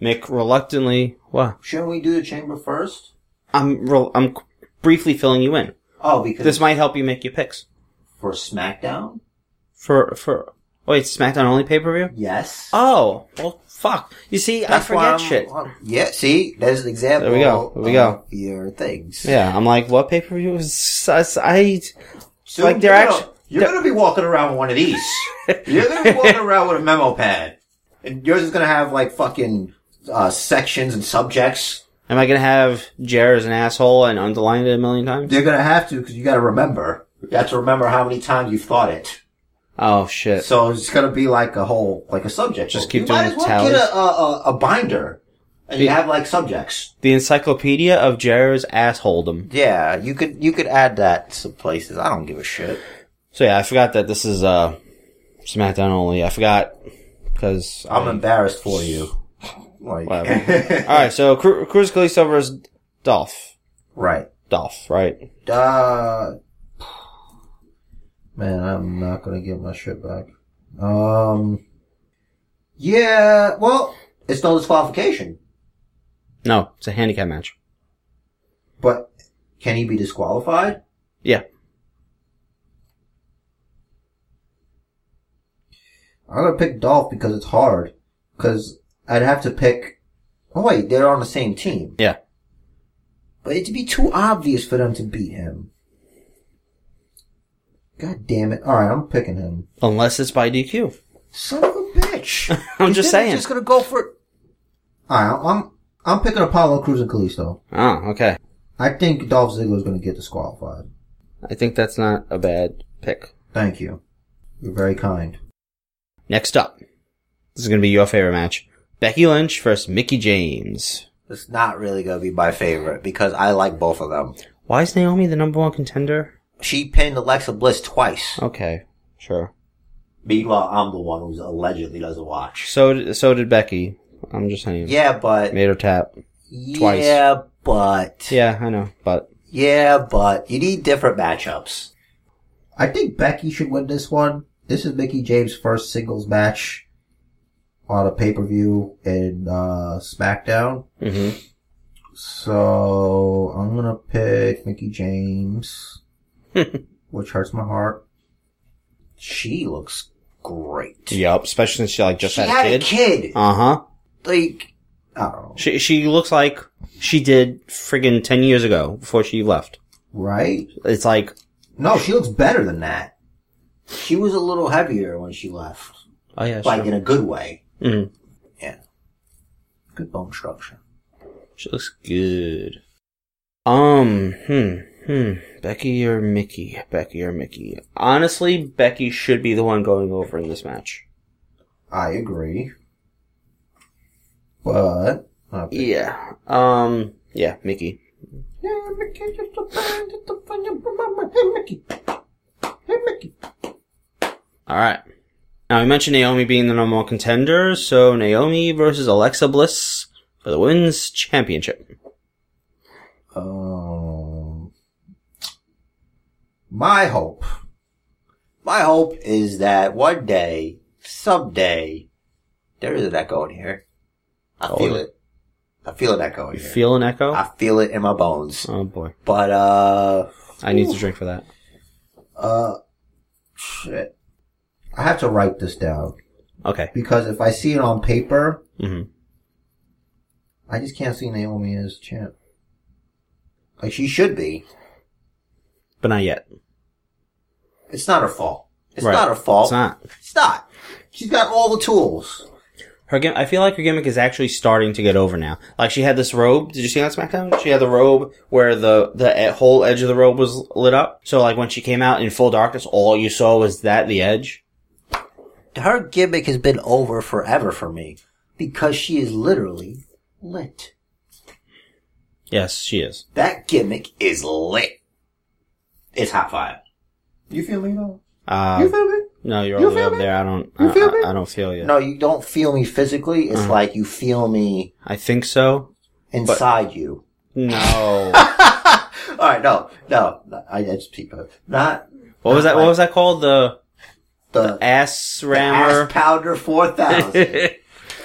S3: Mick reluctantly. What?
S1: Shouldn't we do the chamber first?
S3: I'm re- I'm briefly filling you in.
S1: Oh, because
S3: This might help you make your picks
S1: for SmackDown.
S3: for for. Wait, SmackDown only pay per view.
S1: Yes.
S3: Oh well, fuck. You see, I
S1: That's why
S3: forget
S1: I'm-
S3: shit.
S1: Yeah, see, there's an example.
S3: There we go, there we go.
S1: of Your things.
S3: Yeah, I'm like, what pay per view is I, I?
S1: So
S3: Like, they're
S1: you're gonna-
S3: actu-
S1: you're gonna be walking around with one of these. <laughs> you're gonna be walking around with a memo pad, and yours is gonna have like fucking uh, sections and subjects.
S3: Am I gonna have Jer as an asshole and underline it a million times?
S1: You're gonna have to because you gotta remember. You have to remember how many times you've thought it.
S3: Oh shit.
S1: So it's gonna be like a whole, like a subject.
S3: Just
S1: book.
S3: keep
S1: you
S3: doing
S1: might as
S3: the
S1: well
S3: tallies.
S1: get a, a, a- a binder, and you
S3: Yeah.
S1: have like subjects.
S3: the Encyclopedia of Jaro's Assholdom.
S1: Yeah, you could you could add that to places. I don't give a shit.
S3: So yeah, I forgot that this is uh SmackDown only. I forgot because
S1: I'm embarrassed for you. <laughs> Like,
S3: Whatever. all right. So Cru- Cruz Kalisto versus Dolph.
S1: <laughs> right?
S3: Dolph, right?
S1: Uh, man, I'm not gonna get my shit back. Um, yeah. Well, it's no disqualification,
S3: No, it's a handicap match.
S1: but can he be disqualified?
S3: Yeah.
S1: I'm gonna pick Dolph because it's hard. Because I'd have to pick. Oh wait, they're on the same team,
S3: Yeah.
S1: but it'd be too obvious for them to beat him. God damn it! All right, I'm picking him.
S3: Unless it's by DQ.
S1: Son of a bitch!
S3: <laughs> I'm
S1: You
S3: just
S1: think
S3: saying.
S1: just gonna go for. All right, I'm I'm picking Apollo Cruz and Kalisto.
S3: Oh, okay.
S1: I think Dolph Ziggler is gonna get disqualified.
S3: I think that's not a bad pick.
S1: Thank you. You're very kind.
S3: Next up, this is going to be your favorite match: Becky Lynch versus Mickey James.
S1: It's not really gonna be my favorite because I like both of them.
S3: Why is Naomi the number one contender?
S1: She pinned Alexa Bliss twice.
S3: Okay, sure.
S1: Meanwhile, I'm the one who allegedly doesn't watch.
S3: So d- so did Becky. I'm just saying.
S1: Yeah, but
S3: Made her tap. Twice.
S1: yeah, but
S3: Yeah, I know, but
S1: yeah, but you need different matchups. I think Becky should win this one. This is Mickey James' first singles match on a pay per view in uh, SmackDown.
S3: mm-hmm.
S1: So I'm gonna pick Mickey
S3: <laughs>
S1: James, which hurts my heart. She looks great.
S3: yep. Especially since she like just
S1: She
S3: had,
S1: had
S3: a kid. Uh huh.
S1: Like I don't know,
S3: She she looks like she did friggin' ten years ago before she left.
S1: right?
S3: It's like
S1: No, she looks better than that. She was a little heavier when she left,
S3: oh yeah,
S1: like in a good way.
S3: mm.
S1: Yeah, good bone structure.
S3: She looks good. Um, hmm, hmm. Becky or Mickey? Becky or Mickey? Honestly, Becky should be the one going over in this match.
S1: I agree, but uh, I pick-
S3: Yeah. Um, yeah, Mickey.
S1: Yeah, Mickey, just a friend, just a friend, hey Mickey, hey Mickey.
S3: Alright. Now, we mentioned Naomi being the number one contender, so Naomi versus Alexa Bliss for the Women's Championship.
S1: Um, my hope, my hope is that one day, someday, there is an echo in here. I
S3: Oh,
S1: feel
S3: yeah.
S1: it. I feel an echo in
S3: You
S1: here.
S3: feel an echo?
S1: I feel it in my bones.
S3: Oh boy.
S1: But uh,
S3: I need to drink for that.
S1: uh, shit. I have to write this down
S3: Okay.
S1: because if I see it on paper,
S3: Mm-hmm.
S1: I just can't see Naomi as champ. Like she should be.
S3: But not yet.
S1: It's not her fault. It's
S3: Right.
S1: not her fault.
S3: It's not.
S1: It's not. She's got all the tools.
S3: Her gim- I feel like her gimmick is actually starting to get over now. Like she had this robe. Did you see on SmackDown? She had the robe where the the e- whole edge of the robe was lit up. So like when she came out in full darkness, all you saw was that the edge.
S1: Her gimmick has been over forever for me because she is literally lit.
S3: Yes, she is.
S1: That gimmick is lit. It's hot fire. You feel me though?
S3: Uh,
S1: feel me?
S3: no, you're
S1: You
S3: all the way
S1: feel
S3: up
S1: me?
S3: there. I don't.
S1: You
S3: I,
S1: feel
S3: I-
S1: me?
S3: I don't feel you.
S1: No, you don't feel me physically.
S3: Mm-hmm.
S1: It's like you feel me
S3: I think so.
S1: inside you. <laughs>
S3: No.
S1: All right, no, no, no, I I just people not
S3: what was that? What was that called? The
S1: the,
S3: ass
S1: the
S3: rammer.
S1: ass pounder four thousand.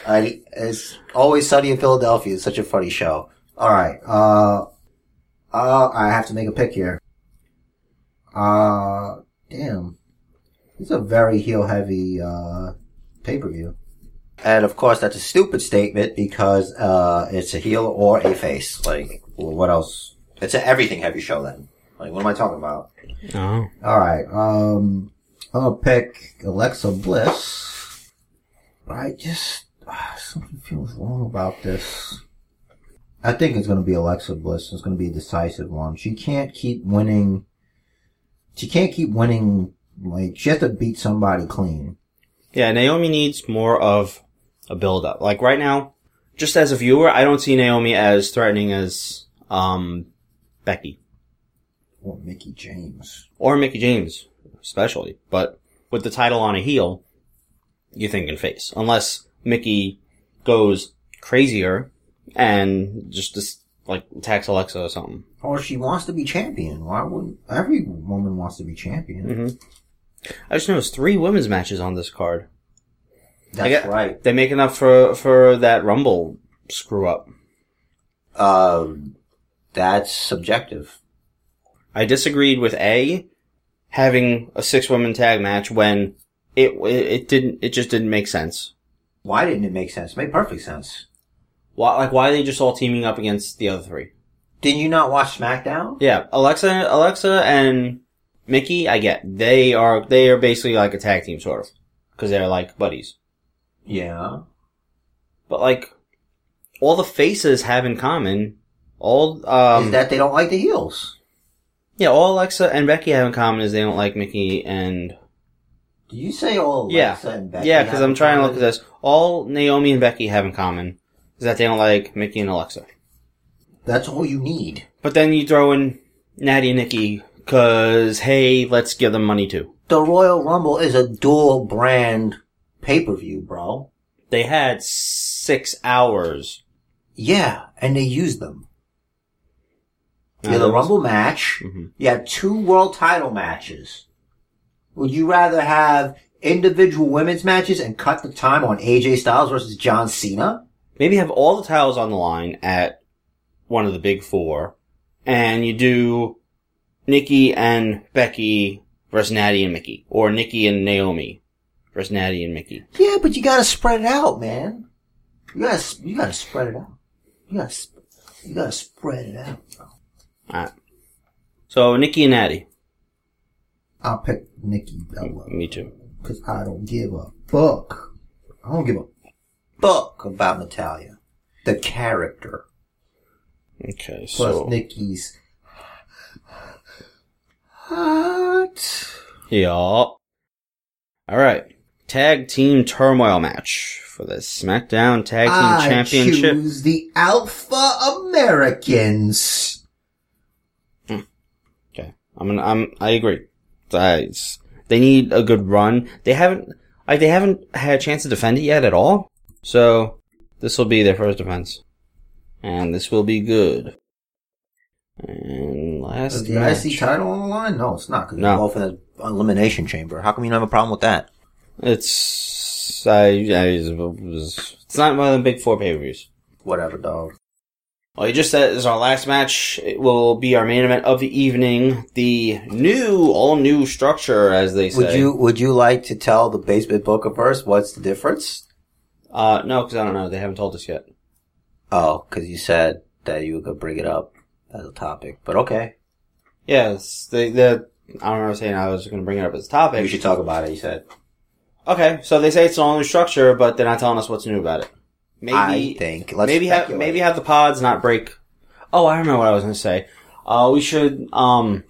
S1: I, it's always sunny in Philadelphia. It's such a funny show. All right. Uh, uh, I have to make a pick here. Uh, damn. It's a very heel heavy, uh, pay per view. And of course, that's a stupid statement because, uh, it's a heel or a face. Like, what else? It's an everything heavy show then. Like, what am I talking about?
S3: oh.
S1: All right. Um, I'm gonna pick Alexa Bliss. I just ah, something feels wrong about this. I think it's gonna be Alexa Bliss. It's gonna be a decisive one. She can't keep winning. She can't keep winning Like she has to beat somebody clean.
S3: Yeah, Naomi needs more of a build up. Like right now, just as a viewer, I don't see Naomi as threatening as um Becky
S1: Or Mickey James.
S3: or Mickey James, especially. But with the title on a heel, you're thinking face. Unless Mickey goes crazier and just dis- like attacks Alexa or something.
S1: Or she wants to be champion. Why wouldn't every woman wants to be champion?
S3: Mm-hmm. I just noticed three women's matches on this card.
S1: That's
S3: I get-
S1: right.
S3: They make enough for for that Rumble screw up.
S1: Um, that's subjective.
S3: I disagreed with A having a six woman tag match when it it didn't it just didn't make sense.
S1: Why didn't it make sense? It made perfect sense.
S3: Why like why are they just all teaming up against the other three?
S1: Did you not watch SmackDown?
S3: Yeah, Alexa Alexa and Mickey, I get they are they are basically like a tag team sort of because they're like buddies.
S1: Yeah.
S3: But like all the faces have in common all um
S1: Is that they don't like the heels?
S3: yeah all Alexa and Becky have in common is they don't like Mickey and
S1: Did you say all
S3: Yeah.
S1: Alexa and Becky?
S3: Yeah, because
S1: have
S3: I'm
S1: in
S3: trying to look at
S1: common?
S3: this. All Naomi and Becky have in common is that they don't like Mickey and Alexa.
S1: That's all you need.
S3: But then you throw in Natty and Nikki, because, hey, let's give them money too.
S1: The Royal Rumble is a dual brand pay per view, bro.
S3: They had six hours.
S1: Yeah, and they used them. You had
S3: Uh,
S1: the Rumble match.
S3: Mhm.
S1: You had two world title matches. Would you rather have individual women's matches and cut the time on AJ Styles versus John Cena?
S3: Maybe have all the titles on the line at one of the big four, and you do Nikki and Becky versus Natty and Mickey, or Nikki and Naomi versus Natty and Mickey.
S1: Yeah, but you gotta spread it out, man. You gotta, s- you gotta spread it out. You gotta, s- you gotta spread it out.
S3: Alright. So, Nikki and Natty.
S1: I'll pick Nikki Bella.
S3: Me too.
S1: Cause I don't give a fuck. I don't give a fuck about Natalia. The character.
S3: Okay,
S1: Plus
S3: so
S1: Nikki's hot.
S3: yeah. All right, tag team turmoil match for the SmackDown Tag Team
S1: I
S3: Championship.
S1: choose the Alpha Americans.
S3: Okay, I'm gonna, I'm I agree. Uh, it's- they need a good run. They haven't like they haven't had a chance to defend it yet at all. So this will be their first defense, and this will be good. And
S1: Is
S3: last
S1: the
S3: match.
S1: IC title on the line? No, it's not. Because
S3: No.
S1: they're both in an elimination chamber. How come you don't have a problem with that?
S3: It's I, I it's not one of the big four pay per views.
S1: Whatever, dog.
S3: Well, you just said this is our last match. It will be our main event of the evening. The new, all new structure, as they say.
S1: Would you Would you like to tell the basement booker first? What's the difference?
S3: Uh, no, because I don't know. They haven't told us yet.
S1: Oh, because you said that you were gonna bring it up as a topic, but okay,
S3: Yes, they, they, I don't remember saying I was going to bring it up as a topic.
S1: we should talk about it. You said
S3: Okay, so they say it's an all new structure, but they're not telling us what's new about it. Maybe,
S1: I think let's
S3: maybe have,
S1: speculate.
S3: maybe have the pods not break. Oh, I remember what I was going to say. Uh, we should, um,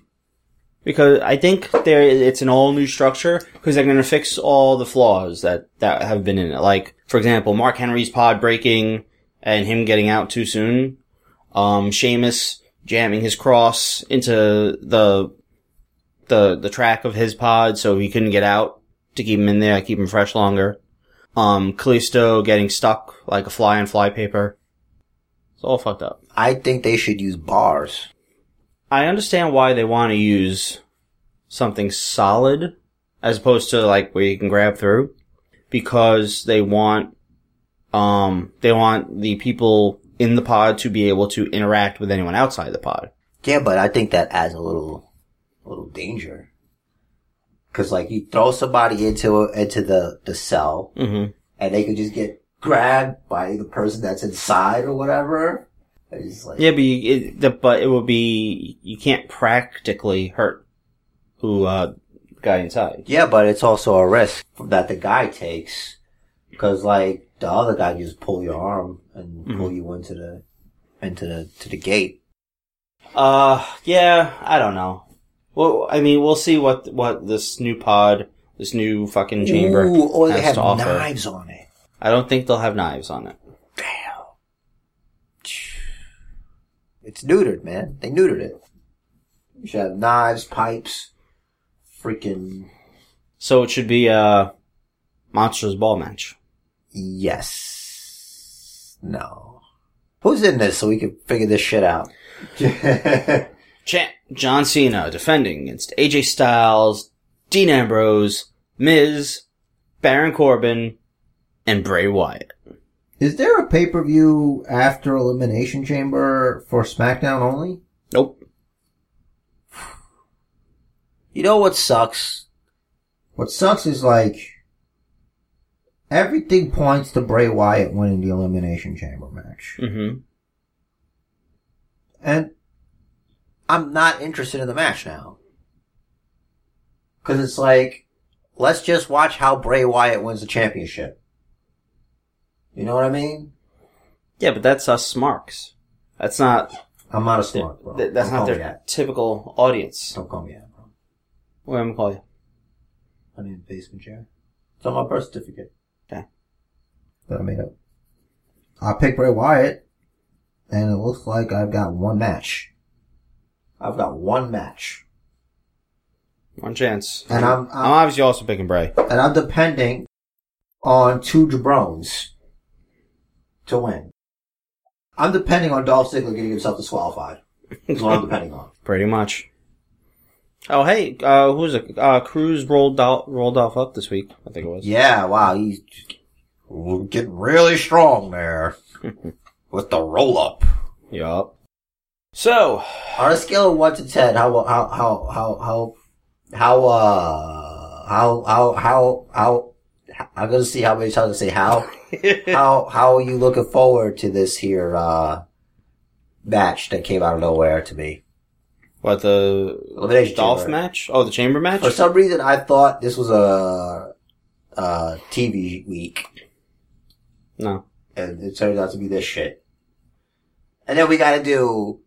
S3: because I think there, it's an all new structure because they're going to fix all the flaws that, that have been in it. Like, for example, Mark Henry's pod breaking and him getting out too soon. Um, Sheamus jamming his cross into the, the, the track of his pod so he couldn't get out to keep him in there, keep him fresh longer. Um, Callisto getting stuck like a fly on flypaper. It's all fucked up.
S1: I think they should use bars.
S3: I understand why they want to use something solid as opposed to like where you can grab through because they want um they want the people in the pod to be able to interact with anyone outside the pod.
S1: Yeah, but I think that adds a little, little danger. Cause like you throw somebody into into the the cell,
S3: Mm-hmm.
S1: and they could just get grabbed by the person that's inside or whatever. It's just like
S3: Yeah, but you, it, the, but it will be you can't practically hurt who uh the guy inside.
S1: Yeah, but it's also a risk that the guy takes. Cause like the other guy can just pull your arm and
S3: Mm-hmm.
S1: pull you into the, into the, to the gate.
S3: Uh yeah, I don't know. Well, I mean, we'll see what what this new pod, this new fucking chamber
S1: Ooh, or they
S3: has
S1: have
S3: to offer.
S1: knives on it.
S3: I don't think they'll have knives on it.
S1: Damn. It's neutered, man. They neutered it. You should have knives, pipes, freaking
S3: So it should be a monsters ball match.
S1: yes. No. Who's in this so we can figure this shit <laughs> out?
S3: Champ John Cena defending against AJ Styles, Dean Ambrose, Miz, Baron Corbin, and Bray Wyatt.
S1: Is there a pay per view after Elimination Chamber for SmackDown only?
S3: Nope.
S1: You know what sucks? What sucks is like everything points to Bray Wyatt winning the Elimination Chamber match.
S3: Mm-hmm.
S1: And I'm not interested in the match now. Cause it's like, let's just watch how Bray Wyatt wins the championship. You know what I mean?
S3: Yeah, but that's us smarks. That's not
S1: I'm not a smart bro.
S3: th- that's
S1: Don't
S3: not
S1: call
S3: their
S1: me that.
S3: typical audience.
S1: Don't call me that, bro.
S3: What am I gonna call you?
S1: I need a basement chair. It's on my birth certificate.
S3: Okay.
S1: That I made up. I picked Bray Wyatt, and it looks like I've got one match. I've got one match.
S3: One chance.
S1: And I'm- I'm-
S3: I'm obviously also picking Bray.
S1: And I'm depending on two jabrones to win. I'm depending on Dolph Ziggler getting himself disqualified. Is what I'm depending on.
S3: Pretty much. Oh hey, uh, who's it? Uh, Cruz rolled off, rolled off up this week. I think it was.
S1: Yeah, wow, he's getting really strong there. with the roll up.
S3: Yup. So <laughs>
S1: On a scale of one to ten, how how how how how how uh how how how how I'm gonna see how many times I say how <laughs> how how are you looking forward to this here uh match that came out of nowhere to me?
S3: what the
S1: Elimination
S3: Dolph
S1: Chamber.
S3: match? Oh, the chamber match.
S1: For some reason, I thought this was a uh TV week,
S3: No.
S1: and it turned out to be this shit. And then we got to do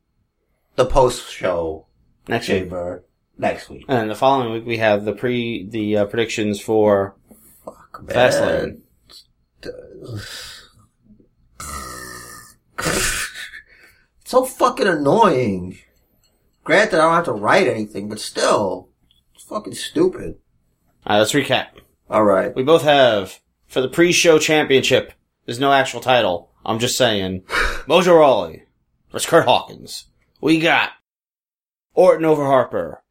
S1: the post show
S3: Next week.
S1: chamber next week.
S3: And then the following week we have the pre the uh, predictions for
S1: Fuck, man.
S3: Fastlane.
S1: so fucking annoying. Granted, I don't have to write anything, but still, it's fucking stupid.
S3: All right, let's recap.
S1: All right.
S3: We both have for the pre-show championship. There's no actual title. I'm just saying. Mojo Rawley versus Kurt Hawkins. We got Orton over Harper.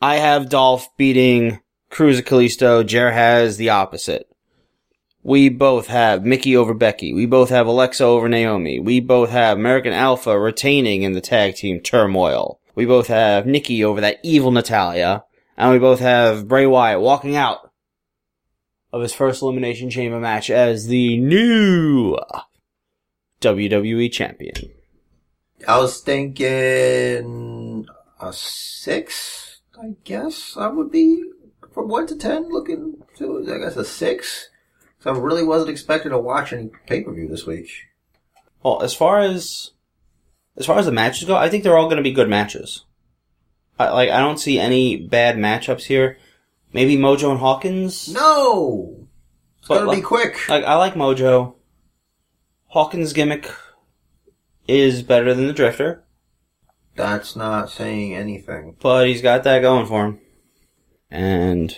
S3: I have Dolph beating Cruz and Kalisto. Jer has the opposite. We both have Mickey over Becky. We both have Alexa over Naomi. We both have American Alpha retaining in the tag team turmoil. We both have Nikki over that evil Natalia. And we both have Bray Wyatt walking out of his first Elimination Chamber match as the new WWE champion.
S1: I was thinking a six, I guess I would be from one to ten looking to, I guess a six. So I really wasn't expecting to watch any pay-per-view this week.
S3: Well, as far as as far as the matches go, I think they're all going to be good matches. I, like I don't see any bad matchups here. Maybe Mojo and Hawkins.
S1: No! It's
S3: But
S1: gonna be
S3: like- uh,
S1: quick.
S3: Like I like Mojo. Hawkins' gimmick is better than the Drifter,
S1: That's not saying anything.
S3: but he's got that going for him. And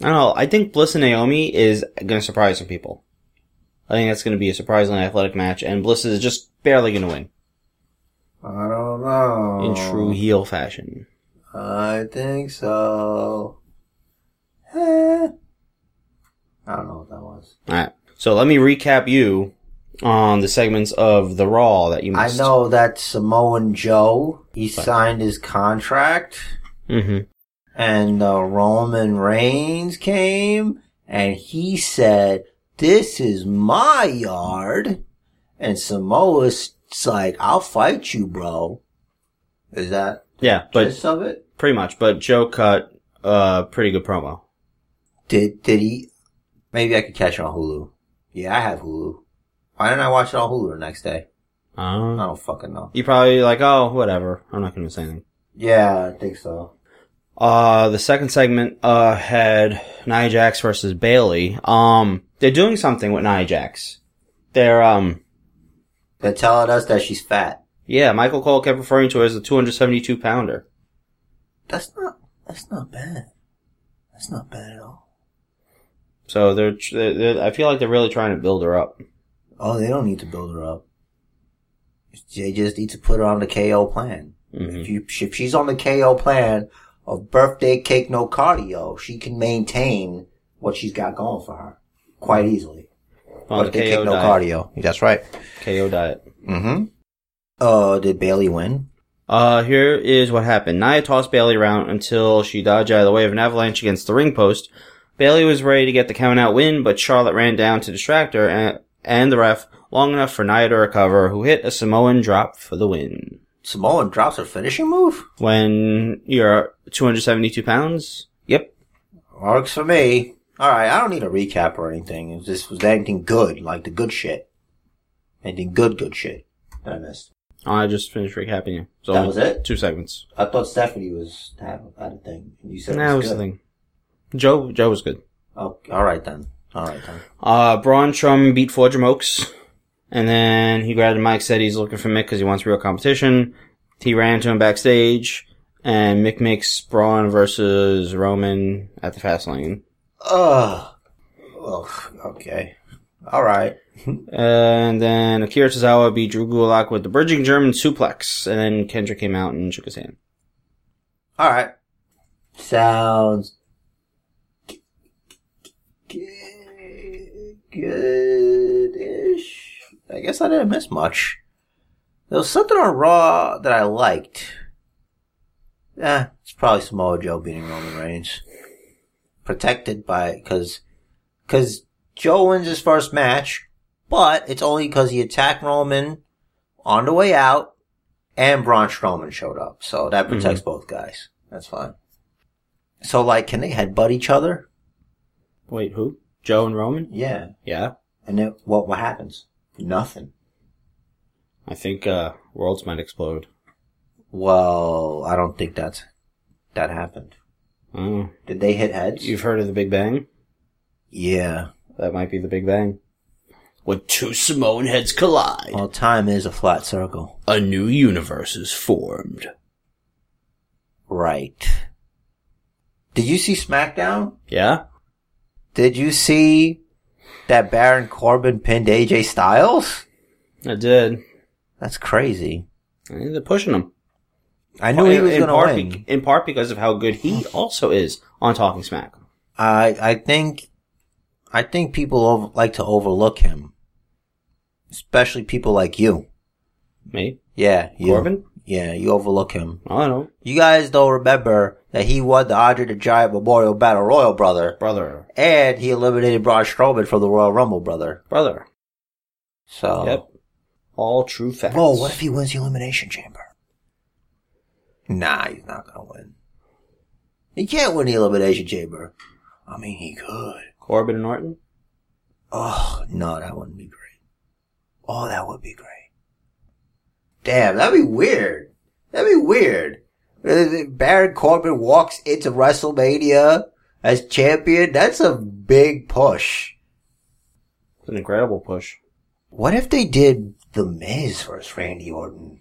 S3: I don't know. I think Bliss and Naomi is going to surprise some people. I think that's going to be a surprisingly athletic match, and Bliss is just barely going to win
S1: I don't know.
S3: in true heel fashion.
S1: I think so. Eh. I don't know what that was.
S3: All right. So let me recap you on the segments of the Raw that you
S1: I
S3: missed.
S1: know that Samoan Joe, he signed his contract,
S3: Mm-hmm.
S1: and uh, Roman Reigns came, and he said, This is my yard. And Samoa's like, I'll fight you, bro. Is that
S3: Yeah,
S1: but,
S3: but
S1: gist of it?
S3: pretty much. But Joe cut a pretty good promo.
S1: Did did he? Maybe I could catch it on Hulu. Yeah, I have Hulu. Why didn't I watch it on Hulu the next day? I
S3: Uh,
S1: don't fucking know.
S3: you probably like, oh, whatever. I'm not going to say anything.
S1: Yeah, I think so.
S3: Uh, the second segment, uh, had Nia Jax versus Bailey. Um, they're doing something with Nia Jax. They're, um,
S1: They're telling us that she's fat.
S3: yeah, Michael Cole kept referring to her as the 272 pounder.
S1: That's not. That's not bad. That's not bad at all.
S3: So they're, tr- they're, they're, I feel like they're really trying to build her up.
S1: Oh, they don't need to build her up. They just need to put her on the KO plan.
S3: hmm
S1: If, you, if she's on the KO plan of birthday cake, no cardio, she can maintain what she's got going for her quite easily.
S3: On the
S1: birthday
S3: KO
S1: cake, no
S3: diet.
S1: cardio. That's right.
S3: KO diet.
S1: Mm-hmm. Uh, did Bailey win?
S3: Uh, here is what happened. Nia tossed Bailey around until she dodged out of the way of an avalanche against the ring post. Bailey was ready to get the count out win, but Charlotte ran down to distract her and, and the ref long enough for Nia to recover, who hit a Samoan drop for the win.
S1: Samoan drops her finishing move?
S3: When you're 272 pounds? Yep.
S1: Works for me. Alright, I don't need a recap or anything. It was just was there anything good, like the good shit. Anything good, good shit that I missed.
S3: I just finished recapping you. So
S1: That was it?
S3: Two segments.
S1: I thought Stephanie was had, had a thing. and You said
S3: That
S1: it
S3: was
S1: was
S3: the
S1: good.
S3: thing. Joe, Joe was good.
S1: Oh, alright then. Alright then.
S3: Uh, Braun Strowman beat Forger Oaks, and then he grabbed Mike, said he's looking for Mick because he wants real competition. He ran to him backstage, and Mick makes Braun versus Roman at the fast lane.
S1: Ugh. Ugh. Okay. Alright.
S3: And then Akira Tozawa beat Drew Gulak with the bridging German suplex, and then Kendra came out and shook his hand.
S1: Alright. Sounds goodish. I guess I didn't miss much. There was something on Raw that I liked. Eh, it's probably Samoa Joe beating Roman Reigns. Protected by, cause, cause Joe wins his first match, but it's only cause he attacked Roman on the way out, and Braun Strowman showed up. So that
S3: Mm-hmm.
S1: protects both guys. That's fine. So like, can they headbutt each other?
S3: Wait, who? Joe and Roman?
S1: Yeah.
S3: Yeah.
S1: And then what, what happens? Nothing.
S3: I think, uh, worlds might explode.
S1: Well, I don't think that's, that happened.
S3: Oh.
S1: Did they hit heads?
S3: You've heard of the Big Bang?
S1: yeah.
S3: That might be the Big Bang. Oh, When two Samoan heads collide.
S1: Well, time is a flat circle.
S3: a new universe is formed.
S1: Right. Did you see SmackDown?
S3: Yeah?
S1: Did you see that Baron Corbin pinned AJ Styles?
S3: I did.
S1: That's crazy.
S3: I think they're pushing him.
S1: I knew he was
S3: Oh, in,
S1: going
S3: part
S1: to
S3: be-
S1: win.
S3: in part because of how good
S1: <sighs>
S3: he also is on Talking Smack.
S1: I I think I think people over, like to overlook him, especially people like you.
S3: Me?
S1: Yeah, you.
S3: Corbin?
S1: Yeah, you overlook him.
S3: I don't know.
S1: You guys don't remember that he won the Andre the Giant Memorial Battle Royal, brother,
S3: Brother.
S1: and he eliminated Braun Strowman from the Royal Rumble, brother.
S3: Brother.
S1: So,
S3: Yep. All true facts.
S1: Oh. Whoa, what if he wins the Elimination Chamber? Nah, he's not gonna win. He can't win the Elimination Chamber. I mean, he could.
S3: Corbin and Orton?
S1: Oh, no, that wouldn't be great. Oh, that would be great. Damn, that'd be weird. That'd be weird. Uh, Baron Corbin walks into WrestleMania as champion. That's a big push.
S3: It's an incredible push.
S1: What if they did The Miz versus Randy Orton?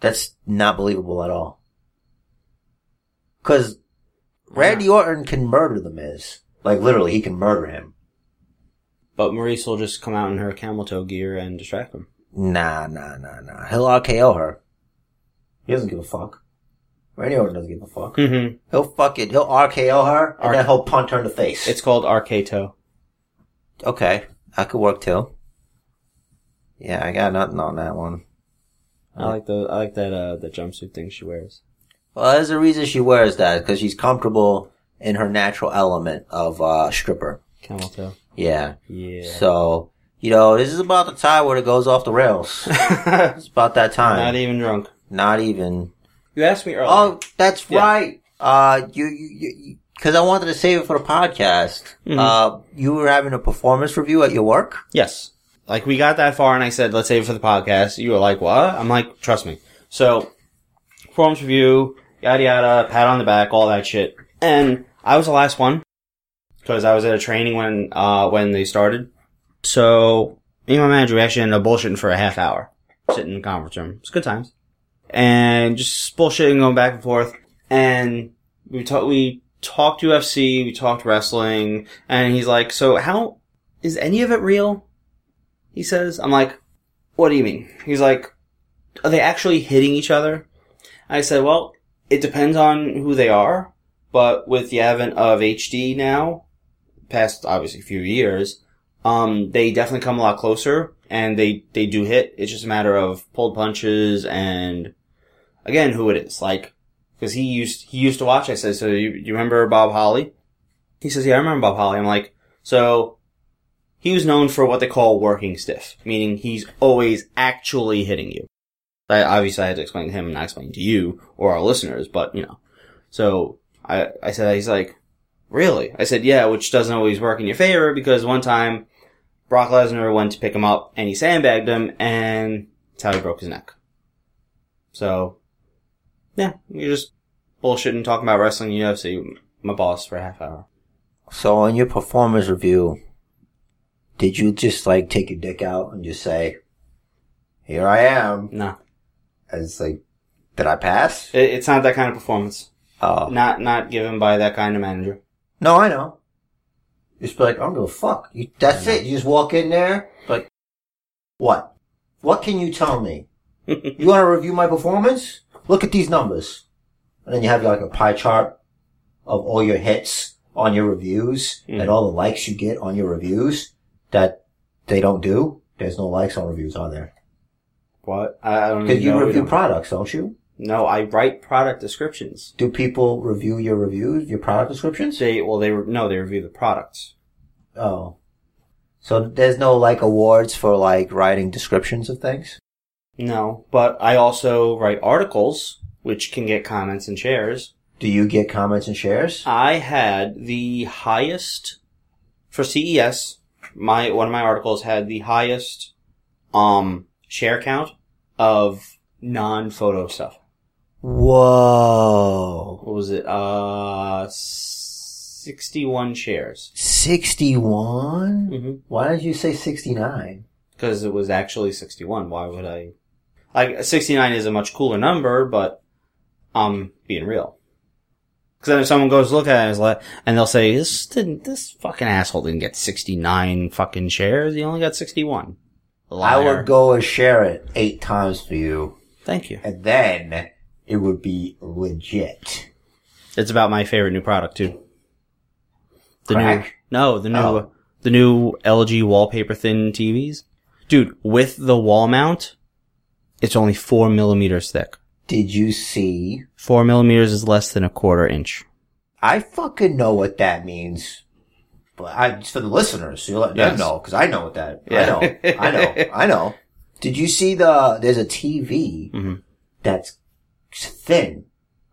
S1: That's not believable at all. Cause Randy Orton can murder The Miz. Like literally, he can murder him.
S3: But Maurice will just come out in her camel toe gear and distract him.
S1: Nah, nah, nah, nah. He'll RKO her. He doesn't give a fuck. Randy Orton doesn't give a fuck.
S3: Mm-hmm.
S1: He'll fuck it. He'll RKO her, and
S3: R-
S1: then he'll punt her in the face.
S3: It's called RK toe.
S1: okay. I could work too. Yeah, I got nothing on that one. Oh.
S3: I like the I like that uh the jumpsuit thing she wears.
S1: Well, there's a reason she wears that because she's comfortable in her natural element of uh, stripper.
S3: Camel toe.
S1: Yeah.
S3: Yeah.
S1: So you know, this is about the time where it goes off the <laughs> rails. it's about that
S3: <laughs>
S1: time.
S3: Not even drunk.
S1: Not even.
S3: You asked me earlier.
S1: Oh, that's
S3: Yeah.
S1: right. Uh, you, you, because I wanted to save it for the podcast. Uh, you were having a performance review at your work.
S3: Yes. Like we got that far and I said, let's save it for the podcast. You were like, what? I'm like, trust me. So, forms review yada yada, pat on the back, all that shit. And I was the last one because I was at a training when uh when they started. So me and my manager we actually ended up bullshitting for a half hour, sitting in the conference room. It's good times, and just bullshitting, going back and forth. And we talked we talked UFC, we talked wrestling, and he's like, "So how is any of it real?" He says, "I'm like, what do you mean?" He's like, "Are they actually hitting each other?" I said, "Well, it depends on who they are, but with the advent of HD now, past obviously few years, um, they definitely come a lot closer and they, they do hit. It's just a matter of pulled punches and again, who it is. Like, cause he used, he used to watch. I said, so you, you remember Bob Holly? He says, yeah, I remember Bob Holly. I'm like, so he was known for what they call working stiff, meaning he's always actually hitting you. I, obviously I had to explain to him and I explained to you or our listeners, but you know. So I, I said, he's like, really? I said, yeah, which doesn't always work in your favor because one time Brock Lesnar went to pick him up and he sandbagged him and that's how he broke his neck. So yeah, you're just bullshitting talking about wrestling and UFC. My boss for a half hour.
S1: So in your performance review, did you just like take your dick out and just say, "Here I am"?
S3: No,
S1: And it's like, did I pass?
S3: it, it's not that kind of performance.
S1: Oh
S3: Not not given by that kind of manager.
S1: no, I know. You just be like, I don't give a fuck. You, that's it. You just walk in there, like, what? What can you tell me? you want to review my performance? Look at these numbers, and then you have like a pie chart of all your hits on your reviews
S3: Mm.
S1: and all the likes you get on your reviews that they don't do. There's no likes on reviews, are there?
S3: What? I, I don't
S1: Because
S3: even
S1: you
S3: know.
S1: review
S3: Mm, don't-
S1: products, don't you?
S3: no, I write product descriptions.
S1: Do people review your reviews, your product descriptions?
S3: They well they re- no they review the products.
S1: Oh. So there's no like awards for like writing descriptions of things?
S3: No, but I also write articles, which can get comments and shares.
S1: Do you get comments and shares?
S3: I had the highest for CES. My one of my articles had the highest um share count of non-photo stuff.
S1: Whoa.
S3: What was it? Uh, sixty-one shares
S1: 61?
S3: Mhm.
S1: Why did you say 69?
S3: because it was actually sixty-one. Why would I? Like sixty-nine is a much cooler number, but I'm being real. Because then if someone goes look at it and, is like, and they'll say this didn't, this fucking asshole didn't get sixty-nine fucking shares. He only got sixty-one.
S1: I
S3: Liar.
S1: would go and share it eight times for you,
S3: Thank you.
S1: and then it would be legit.
S3: It's about my favorite new product too. The new
S1: Crack?
S3: no, the new
S1: Oh.
S3: the new LG wallpaper thin TVs, dude. With the wall mount, it's only four millimeters thick.
S1: Did you see?
S3: Four millimeters is less than a quarter inch.
S1: I fucking know what that means. But I, it's for the listeners, so you let them
S3: Yes.
S1: know, cause I know what that,
S3: Yeah.
S1: I know, I know,
S3: <laughs>
S1: I know. Did you see the, there's a TV
S3: Mhm.
S1: that's thin,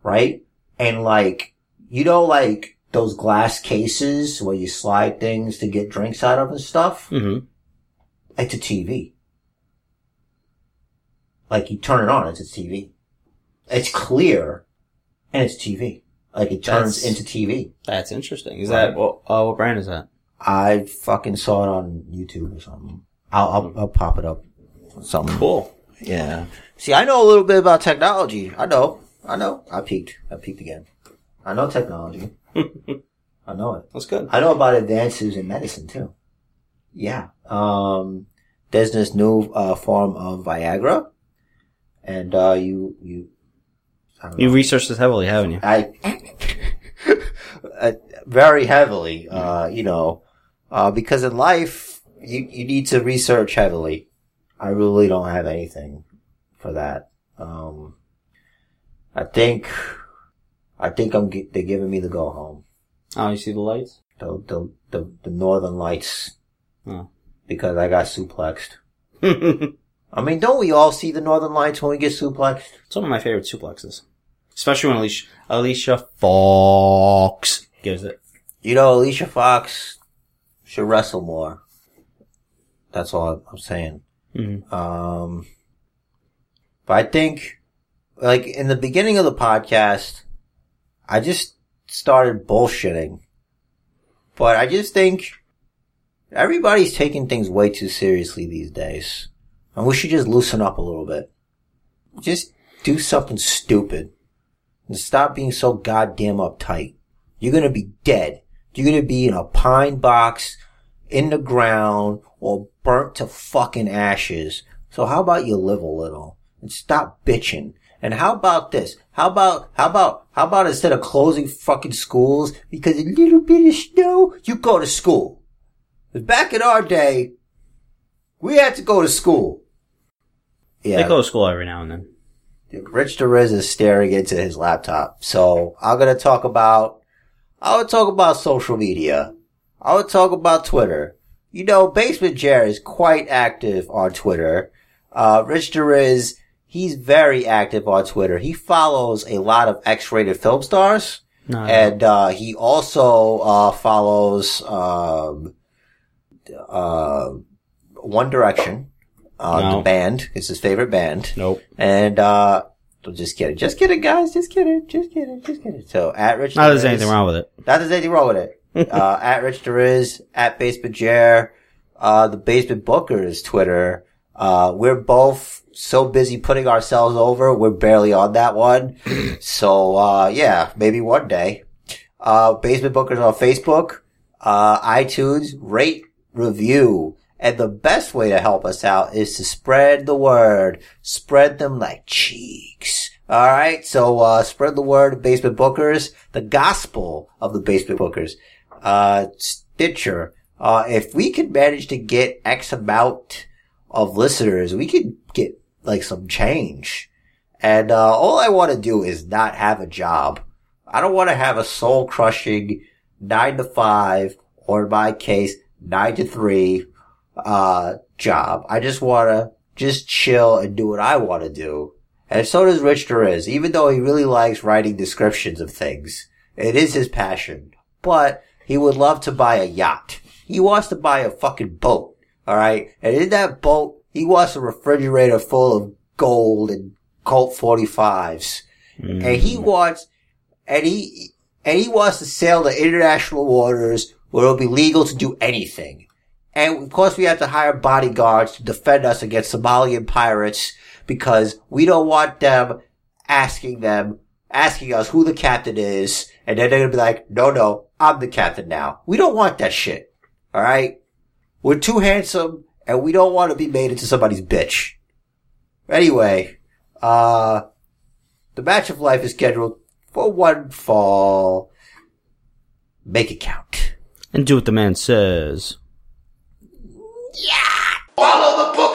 S1: right? And like, you know, like those glass cases where you slide things to get drinks out of and stuff?
S3: Mm-hmm.
S1: It's a TV. Like you turn it on, it's a TV. It's clear and it's TV. Like it turns
S3: That's-
S1: into TV.
S3: That's interesting. Is
S1: Right.
S3: that what? Uh, what brand is that?
S1: I fucking saw it on YouTube or something. I'll I'll, I'll pop it up. or Something.
S3: Cool.
S1: Yeah. See, I know a little bit about technology. I know. I know. I peeked. I peeked again. I know technology. I know it.
S3: That's good.
S1: I know about advances in medicine too. Yeah. Um, there's this new uh, form of Viagra, and uh, you you. I don't know.
S3: You researched this heavily, haven't you?
S1: I uh, very heavily, uh, you know, uh, because in life you you need to research heavily. I really don't have anything for that. Um, I think I think I'm gi- they're giving me the go home.
S3: Oh, you see the lights?
S1: The the the, the northern lights
S3: Oh.
S1: because I got suplexed.
S3: <laughs> it's
S1: I mean, don't we all see the northern lights when we get suplexed?
S3: one of my favorite suplexes, especially when Alicia, Alicia Fox gives it.
S1: You know, Alicia Fox should wrestle more. That's all I'm saying.
S3: Mm-hmm.
S1: Um, but I think like in the beginning of the podcast, I just started bullshitting. But I just think everybody's taking things way too seriously these days. And we should just loosen up a little bit. Just do something stupid. And stop being so goddamn uptight. You're gonna be dead. You're gonna be in a pine box, in the ground, or burnt to fucking ashes. So how about you live a little? And stop bitching. And how about this? How about, how about, how about instead of closing fucking schools because a little bit of snow, you go to school. 'Cause Back in our day, we had to go to school. Yeah.
S3: They go to school every now and then.
S1: Rich Derez is staring into his laptop. So I'm gonna talk about, I would talk about social media. I would talk about Twitter. You know, Basement Jer is quite active on Twitter. Uh, Rich Derez, he's very active on Twitter. He follows a lot of X-rated film stars.
S3: No,
S1: And, uh, he also, uh, follows, um, uh, One Direction, uh,
S3: No.
S1: the band. It's his favorite band.
S3: nope.
S1: And uh just kidding. Just kidding, guys. Just kidding. Just kidding. Just kidding. So at Rich
S3: Not that there's
S1: Derez-
S3: anything wrong with it.
S1: Not that there's anything wrong with
S3: <laughs>
S1: it. uh at Rich Deriz, at Basement Jer, uh the Basement Booker's Twitter. Uh we're both so busy putting ourselves over, we're barely on
S3: <clears throat>
S1: that one. so uh yeah, maybe one day. Uh Basement Booker's on Facebook, uh iTunes, rate, review. And the best way to help us out is to spread the word. Spread them like cheeks. All right. So, uh, spread the word of Basement Bookers, the gospel of the Basement Bookers. Uh, Stitcher. Uh, if we could manage to get X amount of listeners, we could get like some change. And, uh, all I want to do is not have a job. I don't want to have a soul crushing nine to five or in my case, nine to three uh, job. I just wanna just chill and do what I wanna do. And so does Rich Derez, even though he really likes writing descriptions of things. It is his passion. But he would love to buy a yacht. He wants to buy a fucking boat. Alright? And in that boat, he wants a refrigerator full of gold and Colt 45s. And he wants, and he, and he wants to sail to international waters where it'll be legal to do anything. And of course, we have to hire bodyguards to defend us against Somalian pirates because we don't want them asking them, asking us who the captain is. And then they're going to be like, no, no, I'm the captain now. We don't want that shit. All right. We're too handsome and we don't want to be made into somebody's bitch. Anyway, uh, the match of life is scheduled for one fall. Make it count.
S3: And do what the man says.
S1: Follow the book!